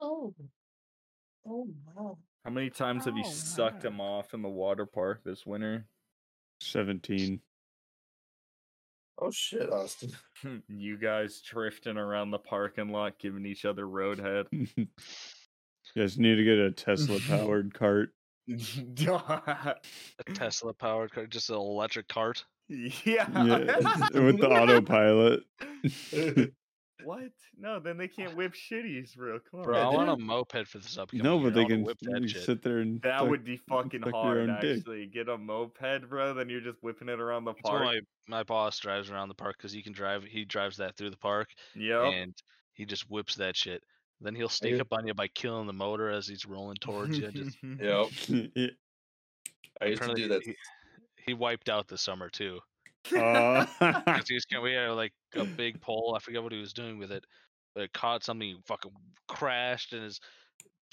Speaker 4: Oh. Oh wow.
Speaker 2: How many times have you
Speaker 5: Oh,
Speaker 2: sucked
Speaker 5: wow.
Speaker 2: him off in the water park this winter?
Speaker 1: (laughs) 17.
Speaker 4: Oh
Speaker 2: (laughs)
Speaker 4: shit, Austin. (laughs)
Speaker 2: you guys drifting around the parking lot, giving each other (laughs) roadhead.
Speaker 1: Just need to get a
Speaker 4: (laughs)
Speaker 1: Tesla powered cart.
Speaker 3: A Tesla powered car, just an electric cart.
Speaker 1: Yeah, (laughs)
Speaker 2: (laughs) yeah.
Speaker 1: with the
Speaker 4: (laughs)
Speaker 1: autopilot. (laughs)
Speaker 2: what? No, then they can't whip shitties, bro. Come on.
Speaker 3: Bro, I
Speaker 4: dude.
Speaker 3: want a moped for this upcoming
Speaker 1: no,
Speaker 3: year.
Speaker 1: but
Speaker 3: I
Speaker 1: they
Speaker 3: wanna
Speaker 1: can
Speaker 3: whip that
Speaker 1: you
Speaker 3: shit.
Speaker 1: sit there and.
Speaker 2: That
Speaker 1: suck-
Speaker 2: would be fucking
Speaker 1: suck your
Speaker 2: hard,
Speaker 1: own dick.
Speaker 2: actually. Get a moped, bro. Then you're just whipping it around the
Speaker 3: That's why
Speaker 2: park.
Speaker 3: my, my boss drives around the park because he can drive. He drives that through the park,
Speaker 2: Yep.
Speaker 3: and he just whips that shit. Then he'll sneak
Speaker 4: you-
Speaker 3: up on you by killing the motor as he's rolling towards you. and Just,
Speaker 1: (laughs)
Speaker 4: yep.
Speaker 1: Yeah.
Speaker 4: I used to
Speaker 3: apparently
Speaker 4: do that.
Speaker 3: He, he wiped out this summer too.
Speaker 1: (laughs)
Speaker 4: (laughs)
Speaker 1: Uh,
Speaker 3: 'Cause he was kinda- we had like a big pole. I forget what he was doing with it, but it caught something. He fucking crashed, and his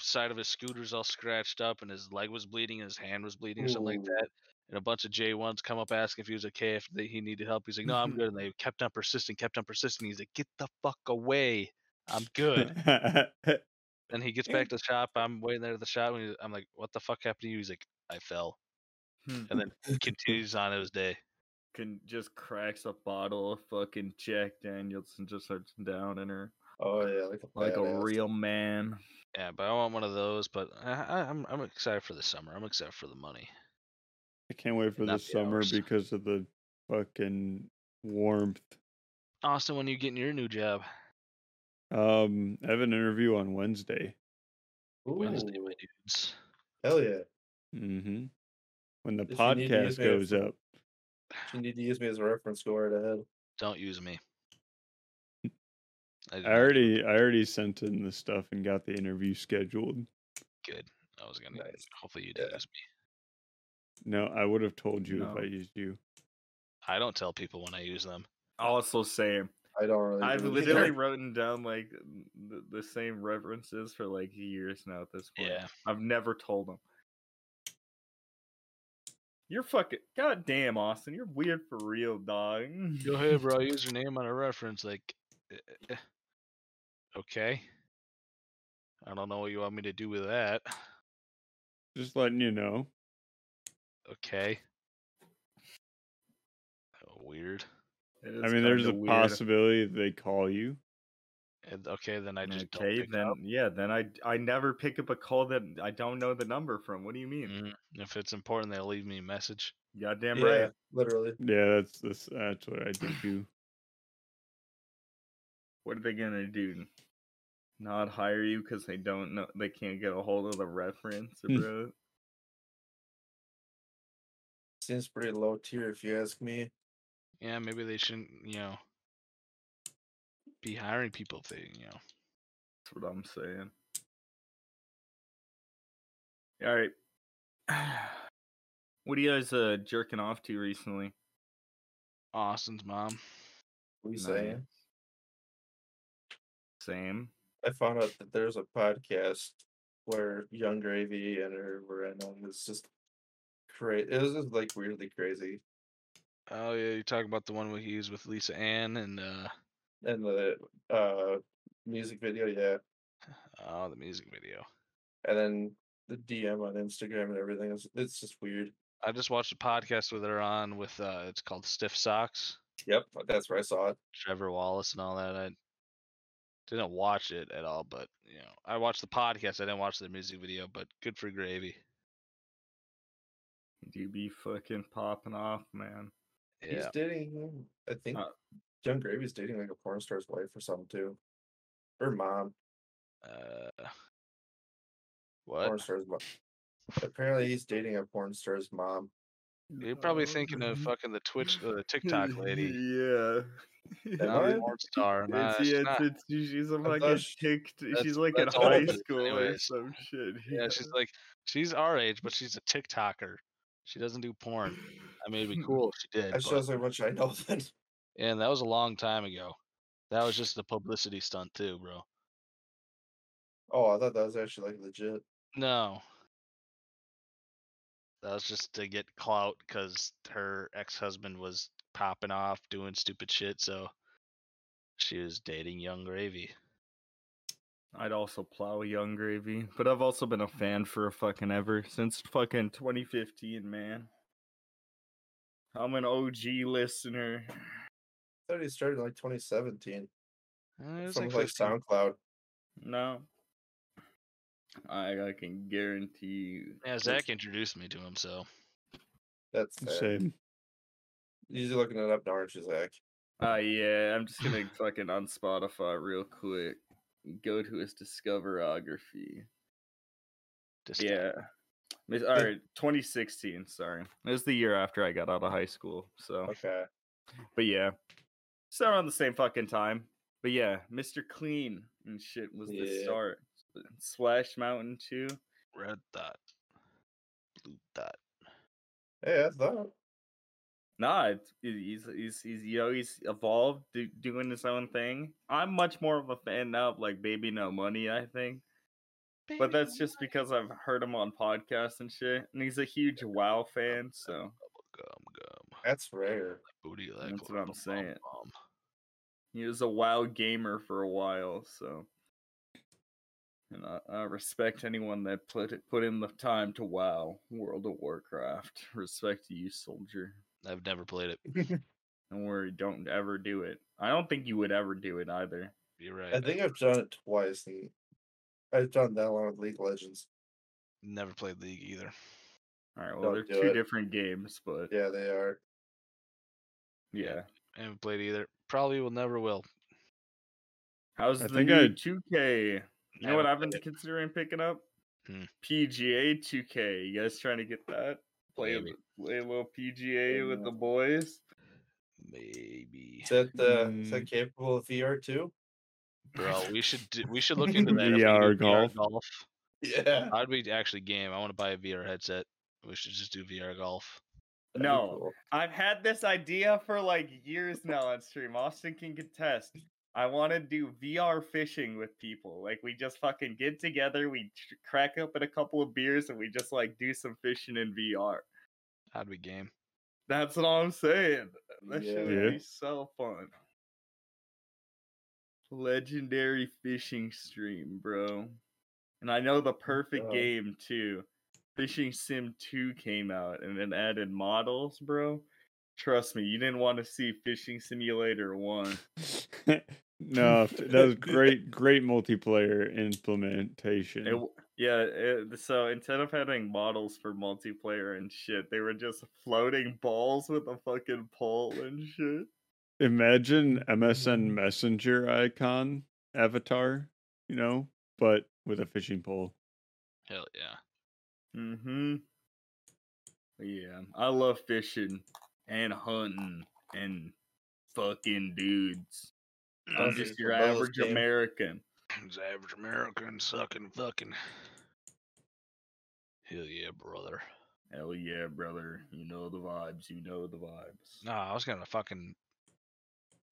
Speaker 3: side of his scooter's all scratched up, and his leg was bleeding, and his hand was bleeding, or something like
Speaker 4: Ooh.
Speaker 3: that. And a bunch of J ones come up asking if he was okay, if they, he needed help. He's like, "No, I'm good." And they kept on persisting, kept on persisting. He's like, "Get the fuck away! I'm good."
Speaker 1: (laughs)
Speaker 3: Then he gets back to the shop. I'm waiting there at the shop. And he's, I'm like, "What the fuck happened to you?" He's like, "I fell." And then continues on his day.
Speaker 2: (laughs) Can just cracks a bottle of fucking Jack Daniels and just starts downing her
Speaker 4: Oh yeah, like a,
Speaker 2: like a
Speaker 4: badass.
Speaker 2: real man.
Speaker 3: Yeah, but I want one of those. But I, I, I'm I'm excited for the summer. I'm excited for the money.
Speaker 1: I can't wait for the
Speaker 3: Not the
Speaker 1: summer
Speaker 3: hours.
Speaker 1: because of the fucking warmth.
Speaker 3: Austin, when you getting your new job?
Speaker 1: Um, I have an interview on Wednesday.
Speaker 3: Wednesday,
Speaker 4: Ooh,
Speaker 3: my dudes.
Speaker 2: (sighs)
Speaker 4: Hell yeah.
Speaker 1: Mm-hmm. When the
Speaker 4: If you need to use
Speaker 1: podcast
Speaker 4: me as-
Speaker 1: goes up,
Speaker 4: You need to use me as a reference going ahead.
Speaker 3: Don't use me. did
Speaker 1: I
Speaker 3: not-
Speaker 1: already I already sent in the stuff and got the interview scheduled.
Speaker 3: good. I was gonna.
Speaker 4: Nice.
Speaker 3: Hopefully you didn't
Speaker 4: Yeah.
Speaker 3: use me.
Speaker 1: No, I would have told you if
Speaker 2: No.
Speaker 1: I used you.
Speaker 3: I don't tell people when I use them.
Speaker 2: Also, same.
Speaker 4: I don't really.
Speaker 2: I've
Speaker 4: do (laughs)
Speaker 2: literally
Speaker 4: either.
Speaker 2: written down like the, the same references for like years now at this point.
Speaker 3: Yeah.
Speaker 2: I've never told them. You're fucking goddamn Austin. You're weird for real, dog.
Speaker 3: Yo, hey, bro, use your name on a reference. Like, eh, eh. okay. I don't know what you want me to do with that.
Speaker 1: Just letting you know.
Speaker 3: Okay. Oh, weird.
Speaker 2: (laughs) It
Speaker 1: I
Speaker 2: is
Speaker 1: mean, there's a
Speaker 2: kinda weird.
Speaker 1: possibility they call you.
Speaker 3: And- okay, then I just don't
Speaker 2: okay,
Speaker 3: pick
Speaker 2: then
Speaker 3: up.
Speaker 2: yeah, then I I never pick up a call that I don't know the number from. What do you mean?
Speaker 3: Mhm. If it's important, they'll leave me a message.
Speaker 2: Goddamn
Speaker 4: yeah,
Speaker 2: right.
Speaker 4: literally.
Speaker 1: Yeah, that's that's that's what I did
Speaker 2: (laughs)
Speaker 1: do.
Speaker 2: What are they gonna do? Not hire you because they don't know they can't get a hold of the reference,
Speaker 1: Hmm.
Speaker 2: bro.
Speaker 4: Seems pretty low tier if you ask me.
Speaker 3: Yeah, maybe they shouldn't, you know, be hiring people if they, you know.
Speaker 2: That's what I'm saying. All right. (sighs) What are you guys uh, jerking off to recently?
Speaker 3: Austin's mom.
Speaker 4: We
Speaker 2: Nice.
Speaker 4: saying.
Speaker 2: Same.
Speaker 4: I found out that there's a podcast where Young Gravy and her Moreno was just crazy. It was just like weirdly crazy,
Speaker 3: Oh yeah, you talk about the one where he was with Lisa Ann and uh
Speaker 4: and the uh music video, yeah,
Speaker 3: oh the music video.
Speaker 4: and then the DM on Instagram and everything. It's, it's just weird.
Speaker 3: I just watched a podcast with her on with uh it's called Stiff Socks,
Speaker 4: Yep, that's where I saw it.
Speaker 3: Trevor Wallace and all that. I didn't watch it at all, but you know, I watched the podcast, I didn't watch the music video, but good for gravy.
Speaker 2: You be fucking popping off, man.
Speaker 4: He's
Speaker 3: Yeah.
Speaker 4: dating, I think,
Speaker 2: Uh,
Speaker 4: Young Gravy's dating like a porn star's wife or something too, or mom,
Speaker 3: Uh
Speaker 4: porn
Speaker 3: what?
Speaker 4: star's mom. Apparently, he's dating a porn star's mom.
Speaker 3: You're
Speaker 4: Oh,
Speaker 3: probably thinking of
Speaker 4: mm-hmm.
Speaker 3: fucking the Twitch uh,
Speaker 2: (laughs)
Speaker 3: the
Speaker 4: (laughs)
Speaker 3: TikTok lady.
Speaker 2: yeah.
Speaker 4: Am
Speaker 3: Not
Speaker 4: I?
Speaker 3: a porn
Speaker 4: (laughs)
Speaker 3: star. Nah,
Speaker 2: It's,
Speaker 3: she's
Speaker 2: yeah,
Speaker 3: not.
Speaker 2: it's, it's, she's a
Speaker 4: thought
Speaker 2: fucking
Speaker 4: she-
Speaker 2: ticked. She's
Speaker 3: that's-
Speaker 2: like in
Speaker 3: that's all
Speaker 2: high
Speaker 3: it is
Speaker 2: school or
Speaker 3: anyways.
Speaker 2: some shit.
Speaker 3: Yeah, she's like she's our age, but she's a TikToker. She doesn't do porn. I mean,
Speaker 4: (laughs)
Speaker 3: it'd be cool if she did. But,
Speaker 4: That shows how much I know. (laughs) Then
Speaker 3: and that was a long time ago. That was just a publicity stunt too, bro.
Speaker 4: oh, I thought that was actually like legit.
Speaker 3: No, that was just to get clout because her ex-husband was popping off, doing stupid shit. So she was dating young gravy.
Speaker 2: I'd also plow Young Gravy, but I've also been a fan for a fucking ever since fucking 2015, man. I'm an OG listener.
Speaker 4: I thought he started in like 2017
Speaker 3: Uh, it was
Speaker 4: from
Speaker 3: like
Speaker 4: like,
Speaker 3: 15.
Speaker 4: SoundCloud.
Speaker 2: No, I I can guarantee you.
Speaker 3: Yeah,
Speaker 2: it's-
Speaker 3: Zach introduced me to him. So
Speaker 4: That's sad.
Speaker 1: Same.
Speaker 4: usually looking it up now, aren't you, Zach?
Speaker 2: Uh, yeah, I'm just gonna fucking on Spotify real quick. Go to his discoverography.
Speaker 3: just
Speaker 2: Yeah. Miss- All
Speaker 4: But-
Speaker 2: right, 2016. Sorry, it was the year after I got out of high school. So,
Speaker 4: Okay.
Speaker 2: but yeah, it's around the same fucking time. But yeah, Mr. Clean and shit was the
Speaker 4: Yeah.
Speaker 2: start. Splash Mountain too.
Speaker 3: red dot, blue dot.
Speaker 4: Hey, I thought.
Speaker 2: Nah, it's- he's he's he's you know he's evolved do, doing his own thing. I'm much more of a fan now of like Baby No Money. I think. But that's just because I've heard him on podcasts and shit, and he's a huge WoW fan. So
Speaker 3: gum gum
Speaker 4: That's rare.
Speaker 3: booty like
Speaker 2: That's what I'm
Speaker 3: bum,
Speaker 2: saying.
Speaker 3: bum.
Speaker 2: he was a WoW gamer for a while. So, and I, I respect anyone that put it, put in the time to WoW World of Warcraft. (laughs) Respect to you, soldier.
Speaker 3: I've never played
Speaker 4: (laughs)
Speaker 3: it.
Speaker 2: Don't worry, don't ever do it. I don't think you would ever do it either.
Speaker 3: You're right.
Speaker 4: I think I've done it twice. and I've done that along with League of Legends.
Speaker 3: never played League either.
Speaker 2: All right, well,
Speaker 4: Don't
Speaker 2: they're two
Speaker 4: do it.
Speaker 2: different games, but yeah,
Speaker 4: Yeah, they are.
Speaker 3: I haven't played either. Probably will never will.
Speaker 2: how's
Speaker 1: I
Speaker 2: the
Speaker 1: think
Speaker 2: new
Speaker 1: I-
Speaker 2: 2K? You know what
Speaker 3: Haven't
Speaker 2: I've been
Speaker 3: played it.
Speaker 2: considering picking up?
Speaker 3: Hmm.
Speaker 2: PGA 2K. You guys trying to get that? Play, a,
Speaker 3: Maybe.
Speaker 2: play a little PGA with
Speaker 4: Mm.
Speaker 2: the boys.
Speaker 3: Maybe.
Speaker 4: Is that, uh, is
Speaker 2: Mm.
Speaker 4: that capable of VR too?
Speaker 3: Bro,
Speaker 4: (laughs)
Speaker 2: (laughs)
Speaker 3: we should do, we should look into that. if we
Speaker 1: VR
Speaker 3: do
Speaker 1: golf.
Speaker 4: (laughs)
Speaker 3: golf.
Speaker 2: Uh,
Speaker 4: Yeah.
Speaker 3: I'd be actually game. I want to buy a VR headset. We should just do VR golf.
Speaker 4: That'd be
Speaker 2: No,
Speaker 4: cool.
Speaker 2: I've had this idea for like years now on stream. Austin can contest. I want to do VR fishing with people. Like we just fucking get together, we tr- crack open a couple of beers, and we just like do some fishing in VR.
Speaker 3: I'd be game.
Speaker 2: That's what I'm saying. That shit
Speaker 4: Yeah.
Speaker 1: Yeah.
Speaker 2: would be so fun. Legendary fishing stream, bro. And I know the perfect
Speaker 4: God.
Speaker 2: game too. Fishing Sim 2 came out and then added models, bro. Trust me, you didn't want to see Fishing Simulator 1.
Speaker 1: (laughs)
Speaker 2: (laughs)
Speaker 1: no, f- that was great, great multiplayer implementation. (laughs)
Speaker 2: It, w- yeah, it, so instead of having models for multiplayer and shit, they were just floating balls with a fucking pole and shit.
Speaker 1: Imagine MSN
Speaker 2: Mm-hmm.
Speaker 1: Messenger icon avatar, you know, but with a fishing pole.
Speaker 3: Hell yeah.
Speaker 2: Mm-hmm. Yeah, I love fishing and hunting and fucking dudes. I'm
Speaker 4: Sounds
Speaker 2: just
Speaker 4: like
Speaker 2: your
Speaker 4: a Cabela's
Speaker 2: average
Speaker 4: game.
Speaker 2: American.
Speaker 3: It's average American sucking fucking. Hell yeah, brother.
Speaker 2: Hell yeah, brother. You know the vibes. You know the vibes.
Speaker 3: No, I was gonna fucking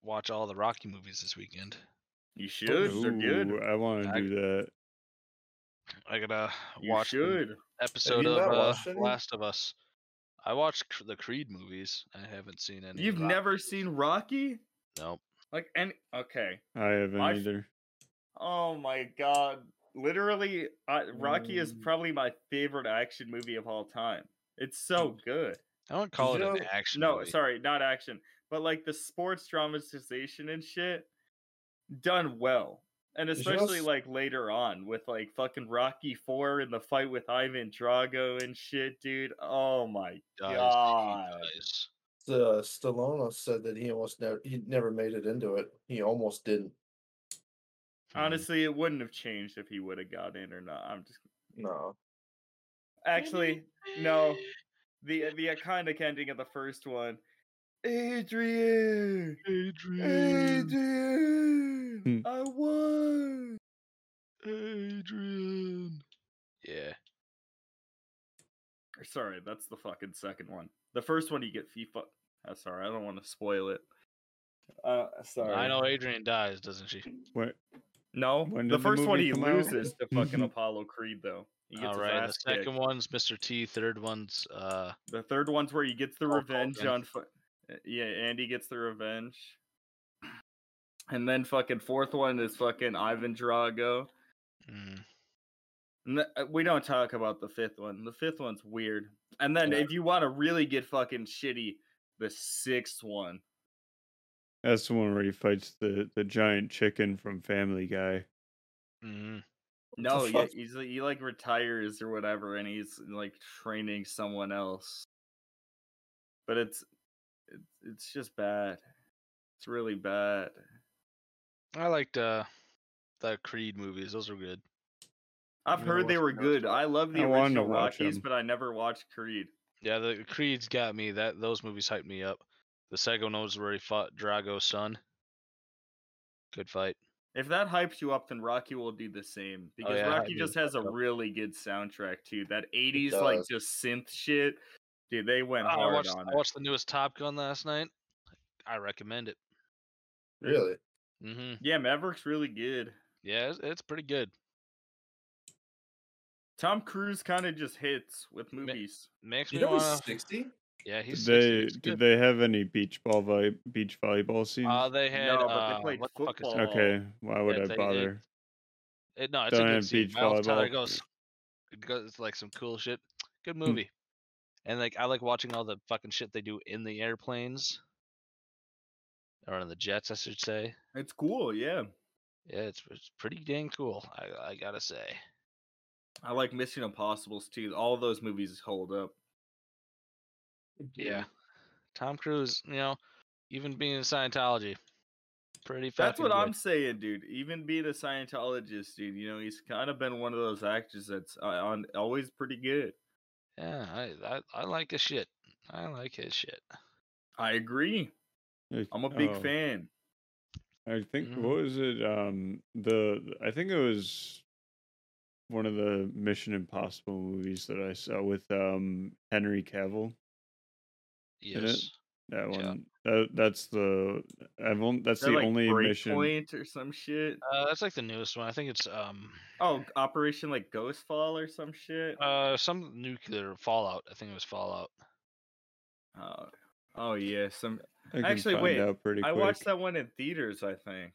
Speaker 3: watch all the Rocky movies this weekend.
Speaker 2: You should. They're
Speaker 1: Ooh,
Speaker 2: good.
Speaker 1: I want
Speaker 3: I-
Speaker 1: to do that.
Speaker 3: I gotta
Speaker 2: You
Speaker 3: watch the
Speaker 2: should.
Speaker 3: episode
Speaker 4: not
Speaker 3: of uh,
Speaker 4: watched any?
Speaker 3: Last of Us. I watched Cr- the Creed movies. I haven't seen any.
Speaker 2: You've
Speaker 3: Rock-
Speaker 2: never seen Rocky?
Speaker 3: Nope.
Speaker 2: Like any okay.
Speaker 1: I haven't
Speaker 2: I-
Speaker 1: either.
Speaker 2: Oh my god. Literally, I, Rocky is
Speaker 4: Mm.
Speaker 2: probably my favorite action movie of all time. It's so good.
Speaker 3: I don't call it
Speaker 4: You
Speaker 3: an
Speaker 4: know-
Speaker 3: action.
Speaker 2: No,
Speaker 3: movie.
Speaker 2: sorry, not action, but like the sports dramatization and shit done well. And
Speaker 4: Did you know
Speaker 2: especially
Speaker 4: s-
Speaker 2: like later on with like fucking Rocky 4 and the fight with Ivan Drago and shit, dude. Oh my
Speaker 3: Dies, he
Speaker 2: God.
Speaker 3: dies.
Speaker 4: Uh, Stallone said that he almost never he never made it into it. He almost didn't.
Speaker 3: Hmm.
Speaker 4: Mm-hmm.
Speaker 2: Honestly, it wouldn't have changed if he would have got in or not. I'm just
Speaker 4: No.
Speaker 2: actually no. The the iconic ending of the first one. Adrian,
Speaker 4: Mm.
Speaker 3: Adrian.
Speaker 2: Adrian,
Speaker 1: Hmm.
Speaker 2: I won.
Speaker 3: Adrian. Yeah.
Speaker 2: Or Sorry, that's the fucking second one. The first one you get FIFA. Uh, sorry, I don't want to spoil it. Uh, sorry.
Speaker 3: I know Adrian dies, doesn't she?
Speaker 1: What?
Speaker 2: No,
Speaker 1: When
Speaker 2: the
Speaker 1: did the
Speaker 2: first one
Speaker 1: movie
Speaker 2: he
Speaker 1: come out?
Speaker 2: loses
Speaker 1: (laughs)
Speaker 2: to fucking Apollo Creed though. He gets
Speaker 3: All
Speaker 2: his
Speaker 3: right. The
Speaker 2: ass kicked.
Speaker 3: second one's Mr. T. Third one's uh.
Speaker 2: The third one's where he gets the
Speaker 3: Hulk
Speaker 2: revenge
Speaker 3: Hogan.
Speaker 2: on. Fu- uh, yeah, Andy gets the revenge. And then fucking fourth one is fucking Ivan Drago.
Speaker 3: mm,
Speaker 2: And th- uh, we don't talk about the fifth one. The fifth one's weird. And then
Speaker 3: Yeah.
Speaker 2: if you want to really get fucking shitty, the sixth one.
Speaker 1: That's the one where he fights the, the giant chicken from Family Guy.
Speaker 3: mm.
Speaker 2: No, yeah,
Speaker 4: fuck?
Speaker 2: he's like- he like retires or whatever, and he's like training someone else. But it's it's, it's just bad. It's really bad.
Speaker 3: I liked uh the Creed movies. Those were good.
Speaker 2: I've
Speaker 4: never
Speaker 2: heard they
Speaker 4: watched
Speaker 2: were
Speaker 4: the
Speaker 2: good. I love the
Speaker 1: I wanted to
Speaker 2: original
Speaker 1: watch
Speaker 2: Rockies,
Speaker 1: them.
Speaker 2: but I never watched Creed.
Speaker 3: Yeah, the Creed's got me. That those movies hyped me up. The second one was where he fought Drago's son. Good fight.
Speaker 2: If that hypes you up, then Rocky will do the same because
Speaker 3: yeah, it hyped
Speaker 2: Rocky
Speaker 3: me
Speaker 2: just
Speaker 3: the
Speaker 2: has a
Speaker 3: fuck up.
Speaker 2: really good soundtrack too. That '80s like
Speaker 4: does.
Speaker 2: just synth shit, dude. They went
Speaker 3: Oh, I
Speaker 2: hard
Speaker 3: watched,
Speaker 2: on
Speaker 3: I
Speaker 2: it.
Speaker 3: watched the newest Top Gun last night. I recommend it.
Speaker 4: Really?
Speaker 3: hmm
Speaker 2: Yeah, Maverick's really good.
Speaker 3: Yeah, it's, it's pretty good.
Speaker 2: Tom Cruise kind of just hits with movies.
Speaker 3: Makes
Speaker 4: You
Speaker 3: me
Speaker 4: know he's
Speaker 3: want to.
Speaker 4: sixty?
Speaker 3: Yeah,
Speaker 1: Did
Speaker 3: he's. 60,
Speaker 1: they
Speaker 3: it's
Speaker 1: did
Speaker 3: good.
Speaker 1: they have any beach ball vi- beach volleyball scenes?
Speaker 3: Uh, they had.
Speaker 2: No, but they
Speaker 3: uh,
Speaker 2: played
Speaker 3: what the fuck is it?
Speaker 2: football.
Speaker 1: okay, why would
Speaker 3: yeah,
Speaker 1: I
Speaker 3: they- they-
Speaker 1: bother?
Speaker 3: It, no, it's a
Speaker 1: Don't
Speaker 3: good
Speaker 1: have
Speaker 3: scene.
Speaker 1: beach
Speaker 3: Miles
Speaker 1: volleyball.
Speaker 3: Teller
Speaker 1: Hmm.
Speaker 3: goes, it goes it's like some cool shit. Good movie. And like I like watching all the fucking shit they do in the airplanes. Or in the jets, I should say.
Speaker 2: It's cool, yeah.
Speaker 3: Yeah, it's, it's pretty dang cool. I, I gotta say.
Speaker 2: I like Mission Impossibles too. All those movies hold up.
Speaker 3: Yeah.
Speaker 1: Mm-hmm.
Speaker 3: Tom Cruise, you know, even being in Scientology, pretty.
Speaker 2: That's
Speaker 3: fucking
Speaker 2: what
Speaker 3: good.
Speaker 2: I'm saying, dude. Even being a Scientologist, dude, you know, he's kind of been one of those actors that's uh, on always pretty good.
Speaker 3: Yeah, I, I I like his shit. I like his shit.
Speaker 2: I agree.
Speaker 1: Like,
Speaker 2: I'm a big
Speaker 1: oh,
Speaker 2: fan.
Speaker 1: I think
Speaker 3: Mhm.
Speaker 1: what was it? Um, the I think it was one of the Mission Impossible movies that I saw with um Henry Cavill. it?
Speaker 3: Yes.
Speaker 1: That
Speaker 3: Yeah.
Speaker 1: one. That, that's the I've only, that's
Speaker 2: Is that,
Speaker 1: the
Speaker 2: like,
Speaker 1: only mission.
Speaker 2: Breakpoint or some shit.
Speaker 3: Uh, that's like the newest one. I think it's um
Speaker 2: Oh, Operation like Ghostfall or some shit.
Speaker 3: uh some nuclear fallout. I think it was fallout.
Speaker 2: Oh, oh yeah, some.
Speaker 1: I can
Speaker 2: Actually,
Speaker 1: find
Speaker 2: wait,
Speaker 1: out pretty
Speaker 2: I
Speaker 1: quick.
Speaker 2: watched that one in theaters. I think.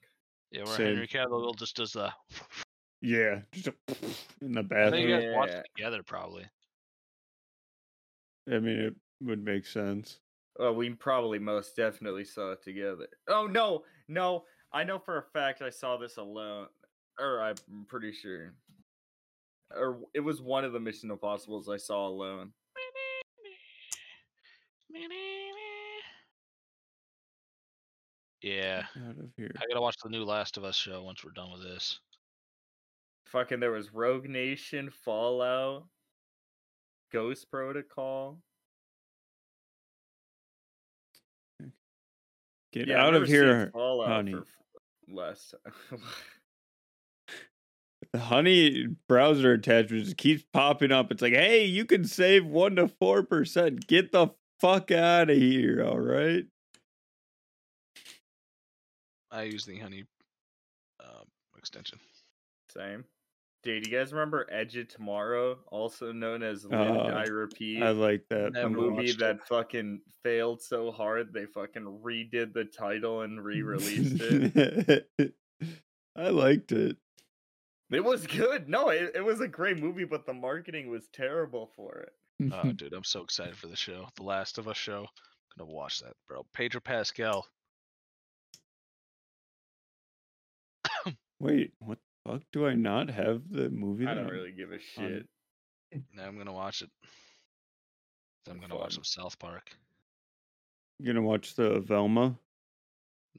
Speaker 3: Yeah, where
Speaker 1: Same.
Speaker 3: Henry Cavill just does the. (laughs)
Speaker 1: Yeah, just a (laughs) in the
Speaker 3: I
Speaker 1: bathroom.
Speaker 3: think you guys watched
Speaker 2: Yeah.
Speaker 3: it together probably.
Speaker 1: I mean, it would make sense.
Speaker 2: Oh, we probably most definitely saw it together. Oh no, no, I know for a fact I saw this alone, or I'm pretty sure, or it was one of the Mission Impossible's I saw alone. (laughs)
Speaker 3: Yeah,
Speaker 1: Out of here.
Speaker 3: I gotta watch the new Last of Us show once we're done with this.
Speaker 2: Fucking, there was Rogue Nation, Fallout, Ghost Protocol.
Speaker 1: Get
Speaker 2: I've
Speaker 1: out
Speaker 2: never
Speaker 1: of
Speaker 2: seen
Speaker 1: here.
Speaker 2: Fallout
Speaker 1: honey.
Speaker 2: for f- less. (laughs)
Speaker 1: The honey browser attachment just keeps popping up. It's like, hey, you can save one to four percent. Get the fuck out of here, all right?
Speaker 3: I use the Honey uh, extension.
Speaker 2: Same. Dude, you guys remember Edge of Tomorrow, also known as Live,
Speaker 1: Uh,
Speaker 2: I Repeat?
Speaker 1: I like that.
Speaker 2: a
Speaker 3: Never
Speaker 1: I'm gonna
Speaker 2: movie
Speaker 1: watch
Speaker 3: watched it.
Speaker 2: that fucking failed so hard they fucking redid the title and re-released
Speaker 1: (laughs)
Speaker 2: it.
Speaker 1: I liked it.
Speaker 2: It was good. No, it, it was a great movie, but the marketing was terrible for it. (laughs)
Speaker 3: Oh, dude, I'm so excited for the show, The Last of Us show. I'm gonna watch that, bro. Pedro Pascal.
Speaker 1: (laughs) Wait, what the fuck? Do I not have the movie? that
Speaker 2: I don't
Speaker 1: I'm-
Speaker 2: really give a shit.
Speaker 3: Now I'm gonna watch it. Then I'm gonna watch
Speaker 2: Fun.
Speaker 3: some South Park.
Speaker 1: You gonna watch the
Speaker 2: (laughs)
Speaker 1: Velma? (laughs)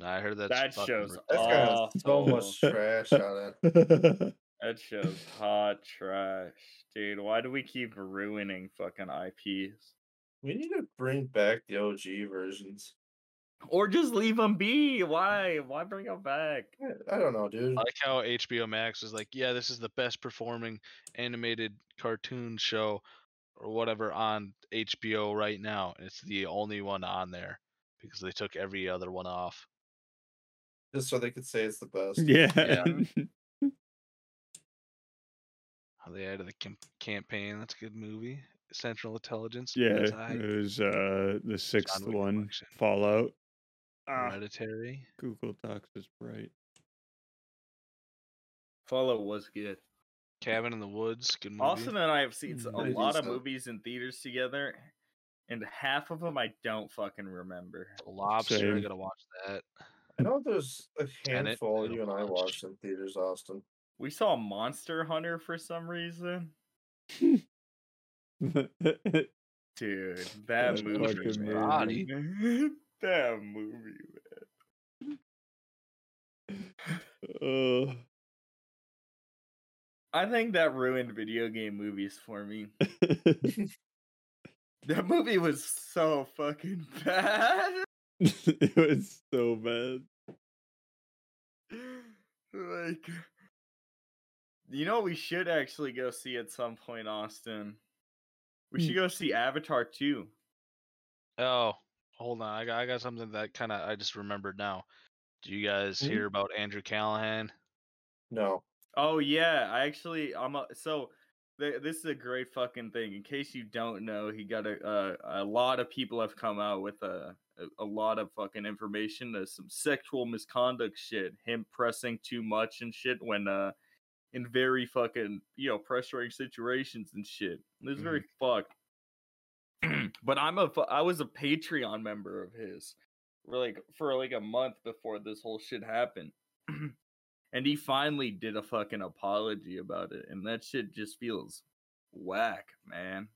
Speaker 3: No, I heard that's
Speaker 2: That
Speaker 3: fucking
Speaker 2: show's
Speaker 3: re-
Speaker 4: That's got so
Speaker 2: Awful.
Speaker 4: much trash on it.
Speaker 2: That show's hot trash. Dude, why do we keep ruining fucking IPs?
Speaker 4: We need to bring back the OG versions.
Speaker 2: Or just leave them be. Why? Why bring them back?
Speaker 4: Eh, I- I don't know, dude.
Speaker 3: I like how HBO Max is like, yeah, this is the best performing animated cartoon show or whatever on HBO right now. And it's the only one on there because they took every other one off.
Speaker 4: Just so they could say it's the best.
Speaker 1: Yeah.
Speaker 3: How they added the cam- campaign. That's a good movie. Central Intelligence.
Speaker 1: (laughs) yeah.
Speaker 3: that's aight.
Speaker 1: It was uh the sixth
Speaker 3: Wick
Speaker 1: one,
Speaker 3: collection.
Speaker 1: Fallout. Ah,
Speaker 3: Hereditary.
Speaker 1: Google Docs is
Speaker 2: (laughs)
Speaker 1: bright.
Speaker 2: Fallout was good.
Speaker 3: Cabin in the Woods. Good movie.
Speaker 2: Austin and I have seen a
Speaker 4: Pretty
Speaker 2: lot of
Speaker 4: decent.
Speaker 2: movies in theaters together, and half of them I don't fucking remember.
Speaker 3: The Lobster. I
Speaker 1: Same.
Speaker 3: gotta watch that.
Speaker 4: I know there's a
Speaker 3: Tenet,
Speaker 4: handful
Speaker 3: I
Speaker 4: you and I
Speaker 3: watched.
Speaker 4: watched in theaters, Austin.
Speaker 2: We saw Monster Hunter for some reason. (laughs) Dude, that
Speaker 1: That
Speaker 2: movie.
Speaker 1: fucking
Speaker 2: man. (laughs) that movie.
Speaker 1: uh,
Speaker 2: I think that ruined video game movies for me. That movie was so fucking (laughs) bad.
Speaker 1: (laughs) it was so bad.
Speaker 2: like you know what we should actually go see at some point austin we should
Speaker 1: Hmm.
Speaker 2: go see avatar 2
Speaker 3: Oh, hold on. I got, I got something that kind of I just remembered now. Do you guys
Speaker 1: Mm-hmm.
Speaker 4: Mhm.
Speaker 3: hear about Andrew Callahan?
Speaker 4: No.
Speaker 2: oh yeah i actually i'm a, so th- this is a great fucking thing in case you don't know he got a uh, a lot of people have come out with a a- a lot of fucking information there's some sexual misconduct shit him pressing too much and shit when uh in very fucking you know pressuring situations and shit it was very fucked (clears throat) but I'm a fu- I was a Patreon member of his for like for like a month before this whole shit happened. and he finally did a fucking apology about it and that shit just feels whack, man.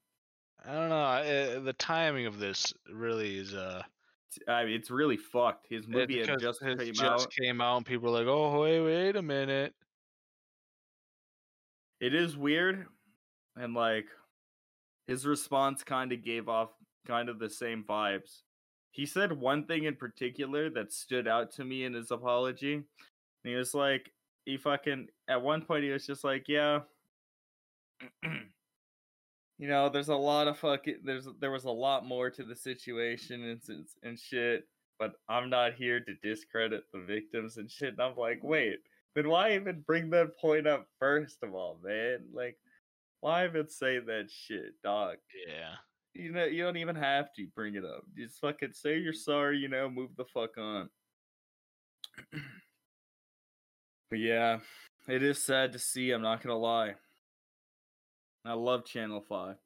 Speaker 3: I don't know. I, uh, the timing of this really is uh
Speaker 2: T- I mean, it's really fucked. His
Speaker 3: it-
Speaker 2: movie had
Speaker 3: because
Speaker 2: just
Speaker 3: it
Speaker 2: came
Speaker 3: just
Speaker 2: out.
Speaker 3: came out and people are like, "Oh, wait, wait a minute."
Speaker 2: It is weird and like his response kind of gave off kind of the same vibes. He said one thing in particular that stood out to me in his apology. And he was like, he fucking, at one point, he was just like, yeah, (clears throat) you know, there's a lot of fucking, there's, there was a lot more to the situation and, s- and shit, but I'm not here to discredit the victims and shit. And I'm like, wait, then why even bring that point up first of all, man? Like, why even say that shit, dog?
Speaker 3: Yeah.
Speaker 2: you know you don't even have to bring it up just fucking say you're sorry you know move the fuck on (clears throat) but yeah it is sad to see i'm not gonna lie i love channel 5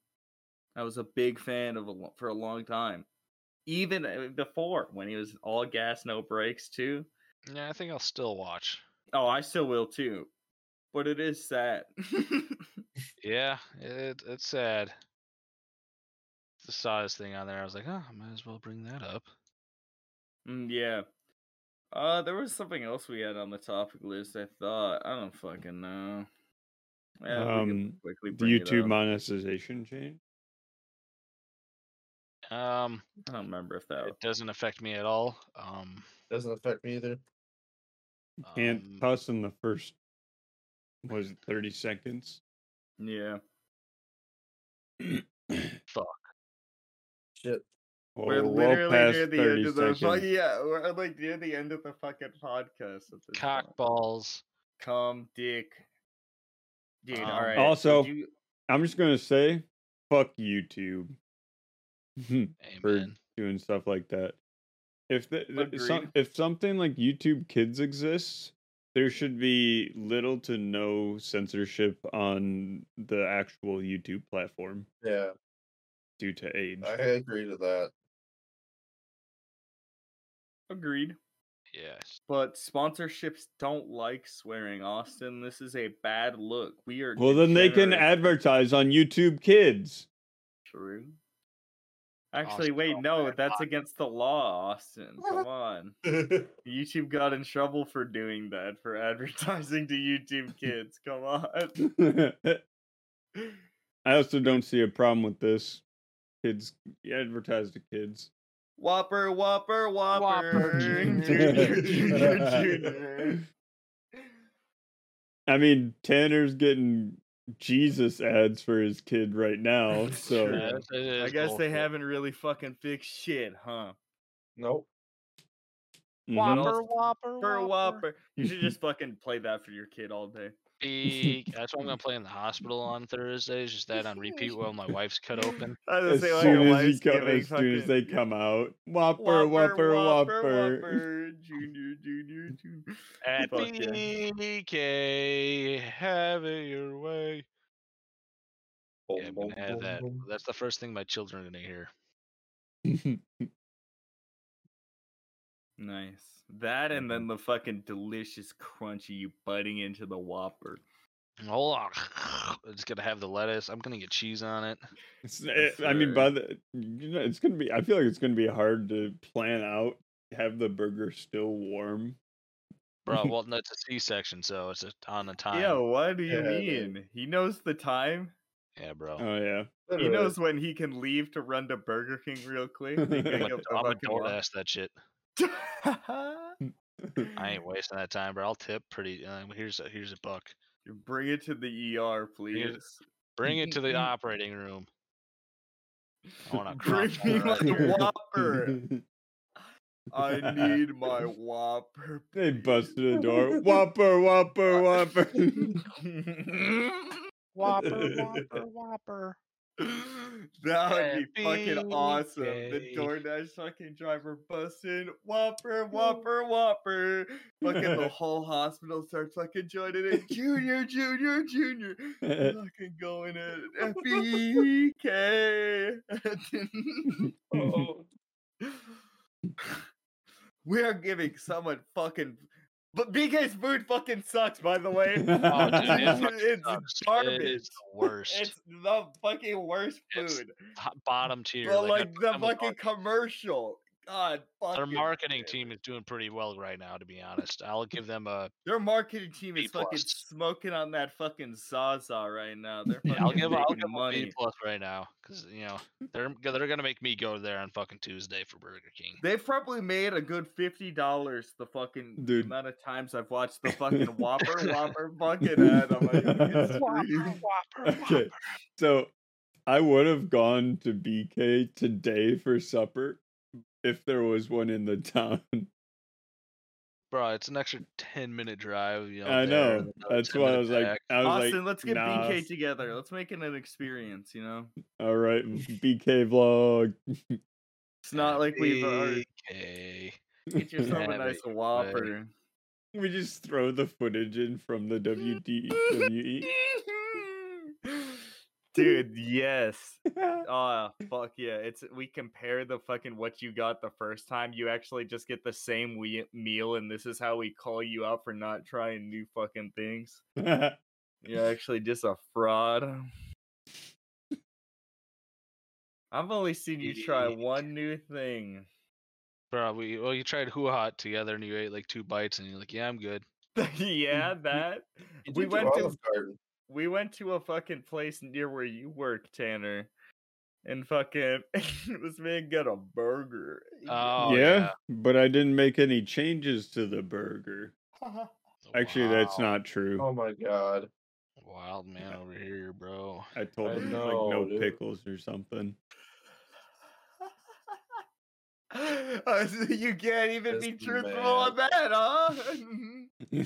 Speaker 2: i was a big fan of a, lo- for a long time even uh, before when he was all gas, no brakes too.
Speaker 3: Yeah, I think I'll still watch.
Speaker 2: Oh, I still will too, but it
Speaker 1: (laughs)
Speaker 2: is sad.
Speaker 3: Yeah, it, it's sad. The saw this thing on there. I was like, oh, might as well bring that up.
Speaker 2: Mm, yeah. Uh, there was something else we had on the topic list. I thought I don't fucking know. Yeah, we can
Speaker 1: Um,
Speaker 2: quickly
Speaker 1: The
Speaker 2: bring it
Speaker 1: YouTube
Speaker 2: up.
Speaker 1: monetization change.
Speaker 3: Um,
Speaker 2: I don't remember if that.
Speaker 3: it doesn't affect me at all. Um,
Speaker 4: Doesn't affect me either.
Speaker 1: Can't
Speaker 3: um,
Speaker 1: cuss in the first was it thirty seconds.
Speaker 2: Yeah,
Speaker 4: Shit.
Speaker 2: we're
Speaker 1: Well, well
Speaker 2: literally
Speaker 1: Oh, past
Speaker 2: near the
Speaker 1: 30
Speaker 2: end of the. fu-
Speaker 1: seconds.
Speaker 2: yeah, we're like near the end of the fucking podcast. At this point.
Speaker 3: cock balls.
Speaker 2: Come, dick. Dude,
Speaker 3: Um,
Speaker 2: all right.
Speaker 1: also-
Speaker 2: would you-
Speaker 1: I'm just gonna say, fuck YouTube (laughs) for
Speaker 3: Amen.
Speaker 1: doing stuff like that. If the, the-
Speaker 2: Agreed.
Speaker 1: some, if something like YouTube Kids exists, there should be little to no censorship on the actual YouTube platform
Speaker 4: Yeah,
Speaker 1: due to age.
Speaker 4: I agree to that.
Speaker 2: agreed.
Speaker 3: Yes.
Speaker 2: But sponsorships don't like swearing, Austin. This is a bad look. We are
Speaker 1: Well, then they can
Speaker 2: degenerate.
Speaker 1: advertise on YouTube Kids. (laughs)
Speaker 2: True. Actually,
Speaker 3: Austin,
Speaker 2: wait,
Speaker 3: don't
Speaker 2: no,
Speaker 3: wear a
Speaker 2: that's
Speaker 3: lot.
Speaker 2: against the law, Austin.
Speaker 3: (laughs)
Speaker 2: Come on. YouTube got in trouble for doing that, for (laughs) advertising to YouTube kids. Come on.
Speaker 1: I also don't see a problem with this. Kids advertise to kids.
Speaker 2: Whopper, Whopper, Whopper. (laughs)
Speaker 3: Junior.
Speaker 2: Junior, Junior, Junior.
Speaker 1: I mean, Tanner's getting Jesus ads for his kid right now, so
Speaker 2: True.
Speaker 3: Yeah, it is
Speaker 2: I guess they
Speaker 3: bullshit.
Speaker 2: haven't really fucking fixed shit, huh?
Speaker 4: (laughs) Nope.
Speaker 1: mhm.
Speaker 3: Whopper, whopper,
Speaker 2: For a
Speaker 3: whopper.
Speaker 2: whopper. You should just fucking play that for your kid all day. (laughs)
Speaker 3: Beak. That's what I'm gonna play in the hospital on Thursdays. Just that on repeat while my wife's cut open.
Speaker 2: I was
Speaker 1: as
Speaker 2: gonna say, like,
Speaker 1: soon
Speaker 2: your
Speaker 1: as,
Speaker 2: wife's
Speaker 1: he come,
Speaker 2: giving
Speaker 1: as soon as
Speaker 2: fucking-
Speaker 1: they come out, whopper, whopper, whopper. (laughs)
Speaker 2: whopper, junior, junior, junior.
Speaker 3: At
Speaker 2: (laughs) Fuck yeah.
Speaker 3: BK, have it your way.
Speaker 4: Boom,
Speaker 3: Yeah, I'm
Speaker 4: boom,
Speaker 3: gonna have
Speaker 4: boom,
Speaker 2: (laughs)
Speaker 3: that.
Speaker 4: boom.
Speaker 3: That's the first thing my children are gonna hear. (laughs)
Speaker 2: Nice. That and
Speaker 1: Mm-hmm.
Speaker 2: then the fucking delicious crunchy you biting into the whopper.
Speaker 3: Hold on. It's gonna have the lettuce. I'm gonna get cheese on it.
Speaker 1: (laughs) It's- eh, I mean, by the you know, it's gonna be. I feel like it's gonna be hard to plan out have the burger still warm.
Speaker 3: Bro,
Speaker 2: (laughs)
Speaker 3: well, no, it's a C-section, so it's a, on a time.
Speaker 2: Yeah, what do you
Speaker 4: Yeah, dude.
Speaker 2: mean? He knows the time.
Speaker 3: Yeah, bro.
Speaker 2: Uh,
Speaker 1: Oh yeah,
Speaker 2: He knows when he can leave to run to Burger King real
Speaker 1: (laughs)
Speaker 2: quick. and pick (laughs)
Speaker 3: I'm
Speaker 1: like
Speaker 2: up
Speaker 3: a,
Speaker 2: the
Speaker 3: I'm a
Speaker 2: fucking
Speaker 3: door
Speaker 2: whopper.
Speaker 3: ass that shit.
Speaker 2: you
Speaker 3: I
Speaker 1: (laughs)
Speaker 3: ain't wasting that time, bro. I'll tip pretty. Uh, here's a, here's a buck.
Speaker 2: (laughs) bring it to the ER, please.
Speaker 3: Bring it to
Speaker 2: (laughs)
Speaker 3: the
Speaker 2: Mm-mm-mm.
Speaker 3: operating room. I want to
Speaker 2: Bring me my
Speaker 1: (laughs)
Speaker 2: Whopper. I
Speaker 1: Right.
Speaker 2: need my Whopper.
Speaker 1: they
Speaker 2: please.
Speaker 1: busted the
Speaker 2: (laughs)
Speaker 1: door. Whopper, whopper, whopper.
Speaker 2: (laughs)
Speaker 1: (laughs)
Speaker 3: Whopper, whopper, whopper.
Speaker 2: that would be fucking awesome. The
Speaker 3: Happy
Speaker 2: DoorDash fucking driver busting whopper, whopper, whopper. Fucking the whole hospital starts fucking joining it. Junior, junior, junior. Fucking going E at (laughs) FBK.
Speaker 4: Oh,
Speaker 2: we are giving someone fucking. But BK's food fucking sucks, by the way.
Speaker 3: Oh, dude, it
Speaker 2: (laughs) It's-
Speaker 3: fucking
Speaker 2: it's
Speaker 3: sucks. It
Speaker 2: garbage.
Speaker 3: is the worst.
Speaker 2: It's the fucking worst
Speaker 3: It's
Speaker 2: food.
Speaker 3: Top- bottom tier.
Speaker 2: But
Speaker 3: I
Speaker 2: like,
Speaker 3: put
Speaker 2: the
Speaker 3: them with
Speaker 2: fucking
Speaker 3: all-
Speaker 2: commercial. God, fucking.
Speaker 3: their marketing team is doing pretty well right now, to be honest. I'll give
Speaker 2: (laughs)
Speaker 3: them a
Speaker 2: Their marketing team is
Speaker 3: B
Speaker 2: fucking
Speaker 3: plus.
Speaker 2: smoking on that fucking Zaza right now. They're
Speaker 3: yeah,
Speaker 2: fucking
Speaker 3: I'll give, a- I'll
Speaker 2: making
Speaker 3: give 'em a B
Speaker 2: money.
Speaker 3: plus right now because you know they're they're gonna make me go there on fucking Tuesday for Burger King.
Speaker 2: They've probably made a good fifty dollars the fucking
Speaker 1: Dude.
Speaker 2: amount of times I've watched
Speaker 1: (laughs)
Speaker 2: the fucking Whopper Whopper fucking ad on my fucking (laughs)
Speaker 3: (laughs)
Speaker 2: screen.
Speaker 3: Oh, whopper,
Speaker 1: okay, so I would have gone to BK today for supper if there was one in the (laughs) town.
Speaker 3: Bro, it's an extra ten minute drive. You know,
Speaker 1: I
Speaker 3: there,
Speaker 1: know.
Speaker 3: and another
Speaker 1: That's
Speaker 3: 10
Speaker 1: why I
Speaker 3: minute
Speaker 1: was like,
Speaker 3: back.
Speaker 1: I was
Speaker 2: Austin,
Speaker 1: like,
Speaker 2: let's get
Speaker 1: nah,
Speaker 2: BK together. Let's make it an experience, you know?
Speaker 1: All right,
Speaker 3: (laughs)
Speaker 1: BK vlog.
Speaker 2: It's not like we've already
Speaker 3: Okay. (laughs)
Speaker 1: (laughs)
Speaker 2: get yourself a
Speaker 3: Yeah,
Speaker 2: nice
Speaker 3: but- (laughs)
Speaker 2: Whopper. (laughs)
Speaker 1: We just E (laughs)
Speaker 2: (laughs)
Speaker 1: throw the footage in from the WDWE.
Speaker 2: Dude, yes.
Speaker 1: That's
Speaker 2: Uh fuck yeah. It's we compare the fucking what you got the first time. You actually just get the same we- meal and this is how we call you out for not trying new fucking things. You're actually just a fraud. I've only seen you try
Speaker 4: Yeet.
Speaker 2: one new thing. (laughs)
Speaker 3: Bro, we well, you tried hoo hot together and you ate like two bites and you're like, yeah, I'm good.
Speaker 2: yeah, that.
Speaker 4: You
Speaker 2: We
Speaker 4: did do
Speaker 2: went to
Speaker 4: Olive Garden.
Speaker 2: we went to a fucking place near where you work, Tanner, and fucking (laughs) this man got a burger.
Speaker 3: Oh
Speaker 1: yeah,
Speaker 3: yeah.
Speaker 1: but I didn't make any changes to the burger. Actually, that's
Speaker 3: Wow.
Speaker 1: not true.
Speaker 4: Oh my god.
Speaker 3: wild man over here, bro.
Speaker 1: I told
Speaker 4: I
Speaker 1: him like
Speaker 4: know,
Speaker 1: no
Speaker 4: dude.
Speaker 1: pickles or something. (laughs)
Speaker 2: (laughs) Uh, so you can't even
Speaker 4: This
Speaker 2: be truthful
Speaker 4: man.
Speaker 2: on that, huh? (laughs)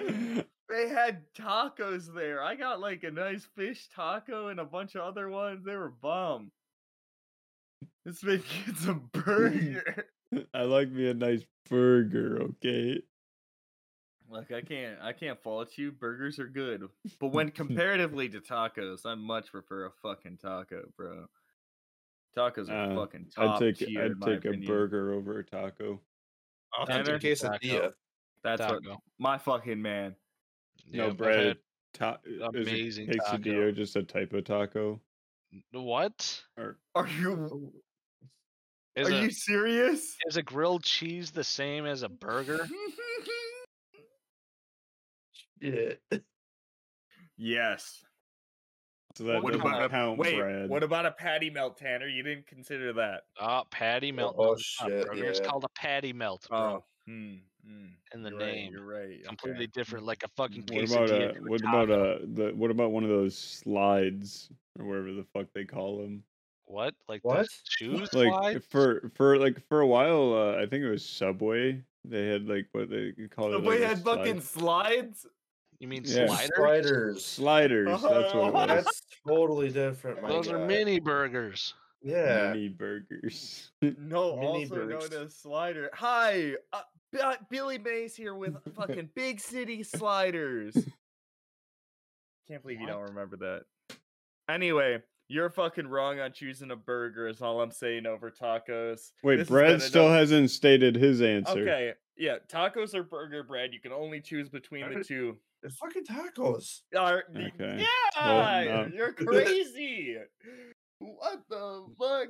Speaker 1: I
Speaker 2: they had tacos there. I got like a nice fish taco and a bunch of other ones. They were bomb. This man (laughs) gets a burger.
Speaker 1: like me a nice burger, okay?
Speaker 2: Look, I can't I can't fault you. Burgers are good.
Speaker 1: (laughs)
Speaker 2: But when comparatively to tacos, I much prefer a fucking taco, bro. Tacos are
Speaker 1: Uh,
Speaker 2: fucking
Speaker 1: I'd
Speaker 2: top
Speaker 1: take
Speaker 2: tier. in
Speaker 1: I'd
Speaker 2: my
Speaker 1: take a
Speaker 2: opinion.
Speaker 1: burger over a taco.
Speaker 4: I'll
Speaker 2: take
Speaker 4: take
Speaker 2: a
Speaker 4: a quesadilla.
Speaker 2: That's what
Speaker 3: Taco.
Speaker 2: my fucking man.
Speaker 1: No
Speaker 3: I've
Speaker 1: bread. Ta- is a
Speaker 3: amazing taco.
Speaker 1: quesadilla just a type of taco?
Speaker 3: had- What?
Speaker 1: Or
Speaker 2: Are you
Speaker 1: Oh,
Speaker 3: Is
Speaker 2: are
Speaker 3: a,
Speaker 2: you serious?
Speaker 3: is a grilled cheese the same as
Speaker 2: (laughs)
Speaker 3: a burger?
Speaker 4: Shit.
Speaker 2: (laughs) yes.
Speaker 1: so that
Speaker 2: what
Speaker 1: doesn't
Speaker 2: about
Speaker 1: count,
Speaker 2: a wait?
Speaker 1: Brad.
Speaker 2: What about a patty melt, Tanner? You didn't consider that.
Speaker 3: Ah, patty melt.
Speaker 4: Oh,
Speaker 3: no, it's not a
Speaker 4: shit,
Speaker 3: burger, It's
Speaker 4: yeah.
Speaker 3: called a patty melt, bro.
Speaker 2: Oh, hmm, hmm.
Speaker 3: in the
Speaker 2: You're right,
Speaker 3: name,
Speaker 2: you're right.
Speaker 3: completely
Speaker 2: okay.
Speaker 3: different, like a fucking
Speaker 1: what about a
Speaker 3: quesadilla. to a
Speaker 1: what about uh,
Speaker 3: taco.
Speaker 1: a the, what about one of those slides or whatever the fuck they call them?
Speaker 3: what? Like
Speaker 4: What?
Speaker 3: the shoes?
Speaker 1: Like
Speaker 3: slide?
Speaker 1: for for like for a while, uh, I think it was Subway. They had like what they call it.
Speaker 2: The
Speaker 1: like,
Speaker 2: way
Speaker 1: a
Speaker 2: had
Speaker 1: slide-
Speaker 2: fucking slides.
Speaker 3: you mean
Speaker 1: yeah.
Speaker 3: sliders?
Speaker 4: Sliders.
Speaker 1: sliders. That's what it
Speaker 2: Oh,
Speaker 1: was.
Speaker 4: That's totally different. My
Speaker 3: Those are
Speaker 4: God.
Speaker 3: mini burgers.
Speaker 4: Yeah.
Speaker 1: Mini burgers.
Speaker 2: No,
Speaker 4: Mini
Speaker 2: also
Speaker 4: burst.
Speaker 2: known as slider. Hi, uh, B- uh, Billy Mays here with (laughs) fucking Big City Sliders. Can't believe you don't
Speaker 3: What?
Speaker 2: remember that. Anyway, you're fucking wrong on choosing a burger. Is all I'm saying over tacos.
Speaker 1: Wait,
Speaker 2: This has been
Speaker 1: Brad still
Speaker 2: another-
Speaker 1: hasn't stated his answer.
Speaker 2: Okay, yeah, tacos or burger bread. You can only choose between the
Speaker 4: Burger-
Speaker 2: two.
Speaker 4: They're fucking tacos.
Speaker 2: Are the-
Speaker 1: Okay.
Speaker 2: Yeah,
Speaker 1: Well, no.
Speaker 2: you're crazy. what the fuck?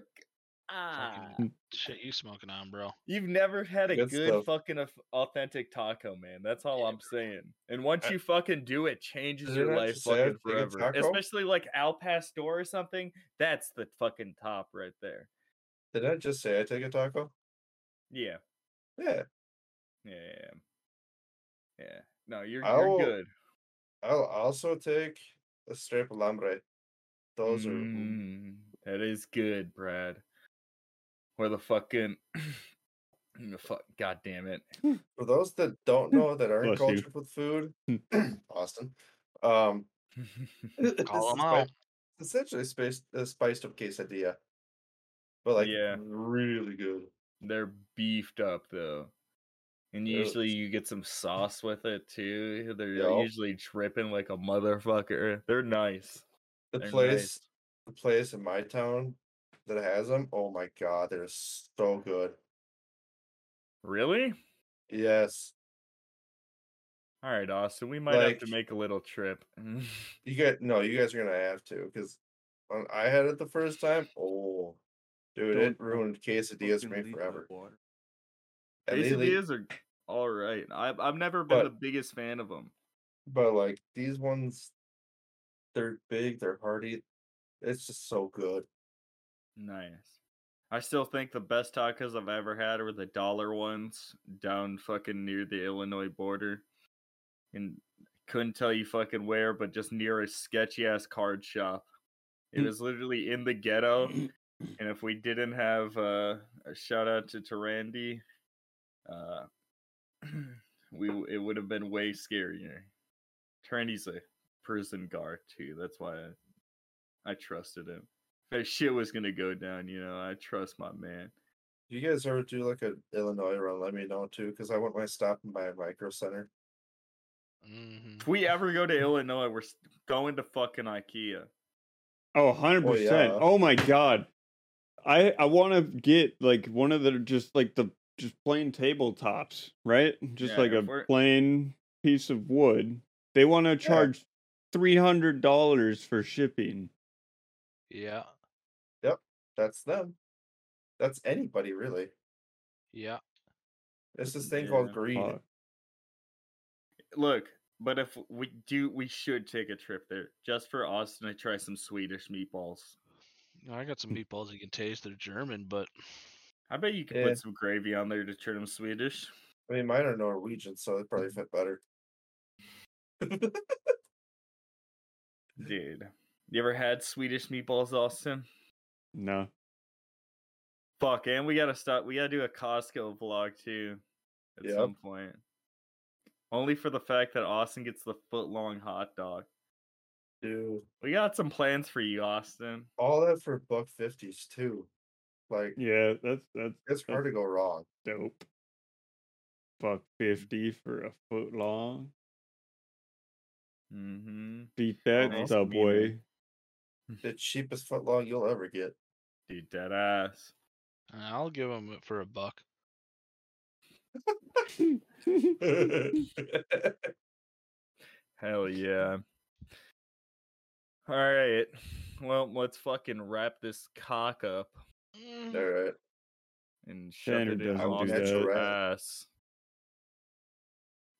Speaker 2: Ah.
Speaker 3: Fucking Shit, you smoking on, bro?
Speaker 2: You've never had a
Speaker 4: Good
Speaker 2: good
Speaker 4: stuff.
Speaker 2: fucking au- authentic taco, man. That's all
Speaker 3: Yeah,
Speaker 2: I'm saying. And once
Speaker 4: I-
Speaker 2: you fucking do it, changes
Speaker 4: Is
Speaker 2: your
Speaker 4: there not
Speaker 2: life
Speaker 4: just a
Speaker 2: fucking
Speaker 4: thing in
Speaker 2: forever.
Speaker 4: taco?
Speaker 2: Especially like Al Pastor or something. That's the fucking top right there.
Speaker 4: Did I just say I take a taco?
Speaker 2: Yeah,
Speaker 4: Yeah.
Speaker 2: yeah, yeah. yeah. Yeah. No, you're
Speaker 4: I'll-
Speaker 2: you're good.
Speaker 4: I'll also take a strip of lambre. Those are mm,
Speaker 2: Mm, that is good, Brad. Or the fucking. (clears throat) the fuck, God damn it. (laughs)
Speaker 4: for those that don't know that aren't
Speaker 1: Bless you.
Speaker 4: cultured with food, (clears throat) Austin. Um, (laughs) this
Speaker 3: Call
Speaker 4: is
Speaker 3: 'em
Speaker 4: spi-
Speaker 3: out.
Speaker 4: Essentially, spiced uh, spiced up quesadilla, but like
Speaker 2: Yeah.
Speaker 4: really good.
Speaker 2: They're beefed up though. And
Speaker 4: Yeah.
Speaker 2: usually you get some sauce with it too. They're
Speaker 4: Yeah.
Speaker 2: usually dripping like a motherfucker. They're nice.
Speaker 4: The
Speaker 2: They're
Speaker 4: place,
Speaker 2: nice.
Speaker 4: the place in my town that has them. Oh my god, they're so good.
Speaker 2: Really?
Speaker 4: Yes,
Speaker 2: All right, Austin. We might have to
Speaker 4: Like-
Speaker 2: make a little trip. (laughs)
Speaker 4: you get no. You guys are gonna have to because when I had it the first time, oh, dude,
Speaker 5: Don't
Speaker 4: it ruined quesadillas for me forever. And they leave-
Speaker 2: Quesadillas are all right. I've I've never been
Speaker 4: But-
Speaker 2: the biggest fan of them.
Speaker 4: But like these ones, they're big, they're hearty. It's just so good.
Speaker 2: Nice. I still think the best tacos I've ever had were the dollar ones down fucking near the Illinois border. And couldn't tell you fucking where, but just near a sketchy ass card shop. It was literally in the ghetto. And if we didn't have uh, a shout out to Tarandi, uh, (clears throat) we w- it would have been way scarier. Tarandi's a prison guard too. That's why I, I trusted him. If that shit was gonna go down, you know, I trust my man.
Speaker 4: You guys ever do like a Illinois run? Let me know too, because I want my stop by Micro Center.
Speaker 3: Mhm. Mm-hmm.
Speaker 4: (laughs)
Speaker 2: If we ever go to Illinois, we're s- going to fucking IKEA.
Speaker 1: Oh, 100%.
Speaker 4: Oh,
Speaker 1: Oh,
Speaker 4: yeah.
Speaker 1: my god. I I want to get like one of the just like the just plain tabletops, right? Just
Speaker 2: Yeah,
Speaker 1: like a
Speaker 2: if we're-
Speaker 1: plain piece of wood. They want to charge $300 for shipping.
Speaker 3: Yeah.
Speaker 4: That's them. That's anybody really.
Speaker 3: Yeah.
Speaker 4: It's this thing called
Speaker 2: Yeah.
Speaker 4: greed.
Speaker 1: Fuck.
Speaker 2: Look, but if we do, we should take a trip there just for Austin to try some Swedish meatballs.
Speaker 3: I got some meatballs you can taste. They're German, but
Speaker 2: I bet you could
Speaker 4: Yeah.
Speaker 2: put some gravy on there to turn them Swedish.
Speaker 4: I mean, mine are Norwegian, so it probably fit better.
Speaker 2: Dude, you ever had Swedish meatballs, Austin?
Speaker 1: No.
Speaker 2: Fuck, and we gotta stop. We gotta do a Costco vlog too at
Speaker 4: Yep.
Speaker 2: some point. Only for the fact that Austin gets the foot long hot dog.
Speaker 4: Dude,
Speaker 2: We got some plans for you, Austin.
Speaker 4: all that for buck fifties too. Like
Speaker 1: Yeah, that's that's
Speaker 4: it's hard to go wrong.
Speaker 1: dope. Fuck 50 for a foot long.
Speaker 2: Mm-hmm.
Speaker 1: Beat that
Speaker 2: Nice
Speaker 1: subway.
Speaker 4: The cheapest footlong you'll ever get. (laughs)
Speaker 2: Dude, dead ass.
Speaker 3: I'll give them for a buck.
Speaker 1: (laughs)
Speaker 2: Hell yeah. All right. Well, let's fucking wrap this cock up
Speaker 3: Mm,
Speaker 4: All right.
Speaker 2: and shove
Speaker 1: Tanner
Speaker 2: it in
Speaker 1: doesn't do
Speaker 2: Austin's
Speaker 4: that.
Speaker 2: ass.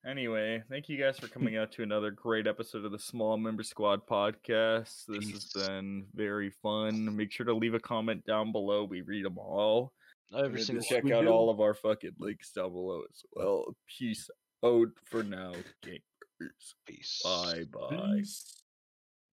Speaker 2: Anyway, thank you guys for coming out to another great episode of the Small Member Squad podcast. This has
Speaker 3: Peace.
Speaker 2: been very fun. Make sure to leave a comment down below. We read them all.
Speaker 3: Mm-hmm. Every
Speaker 2: And
Speaker 3: single
Speaker 2: check
Speaker 3: one.
Speaker 2: out all of our fucking links down below as well. Peace out for now, gamers.
Speaker 3: piece.
Speaker 2: Bye bye.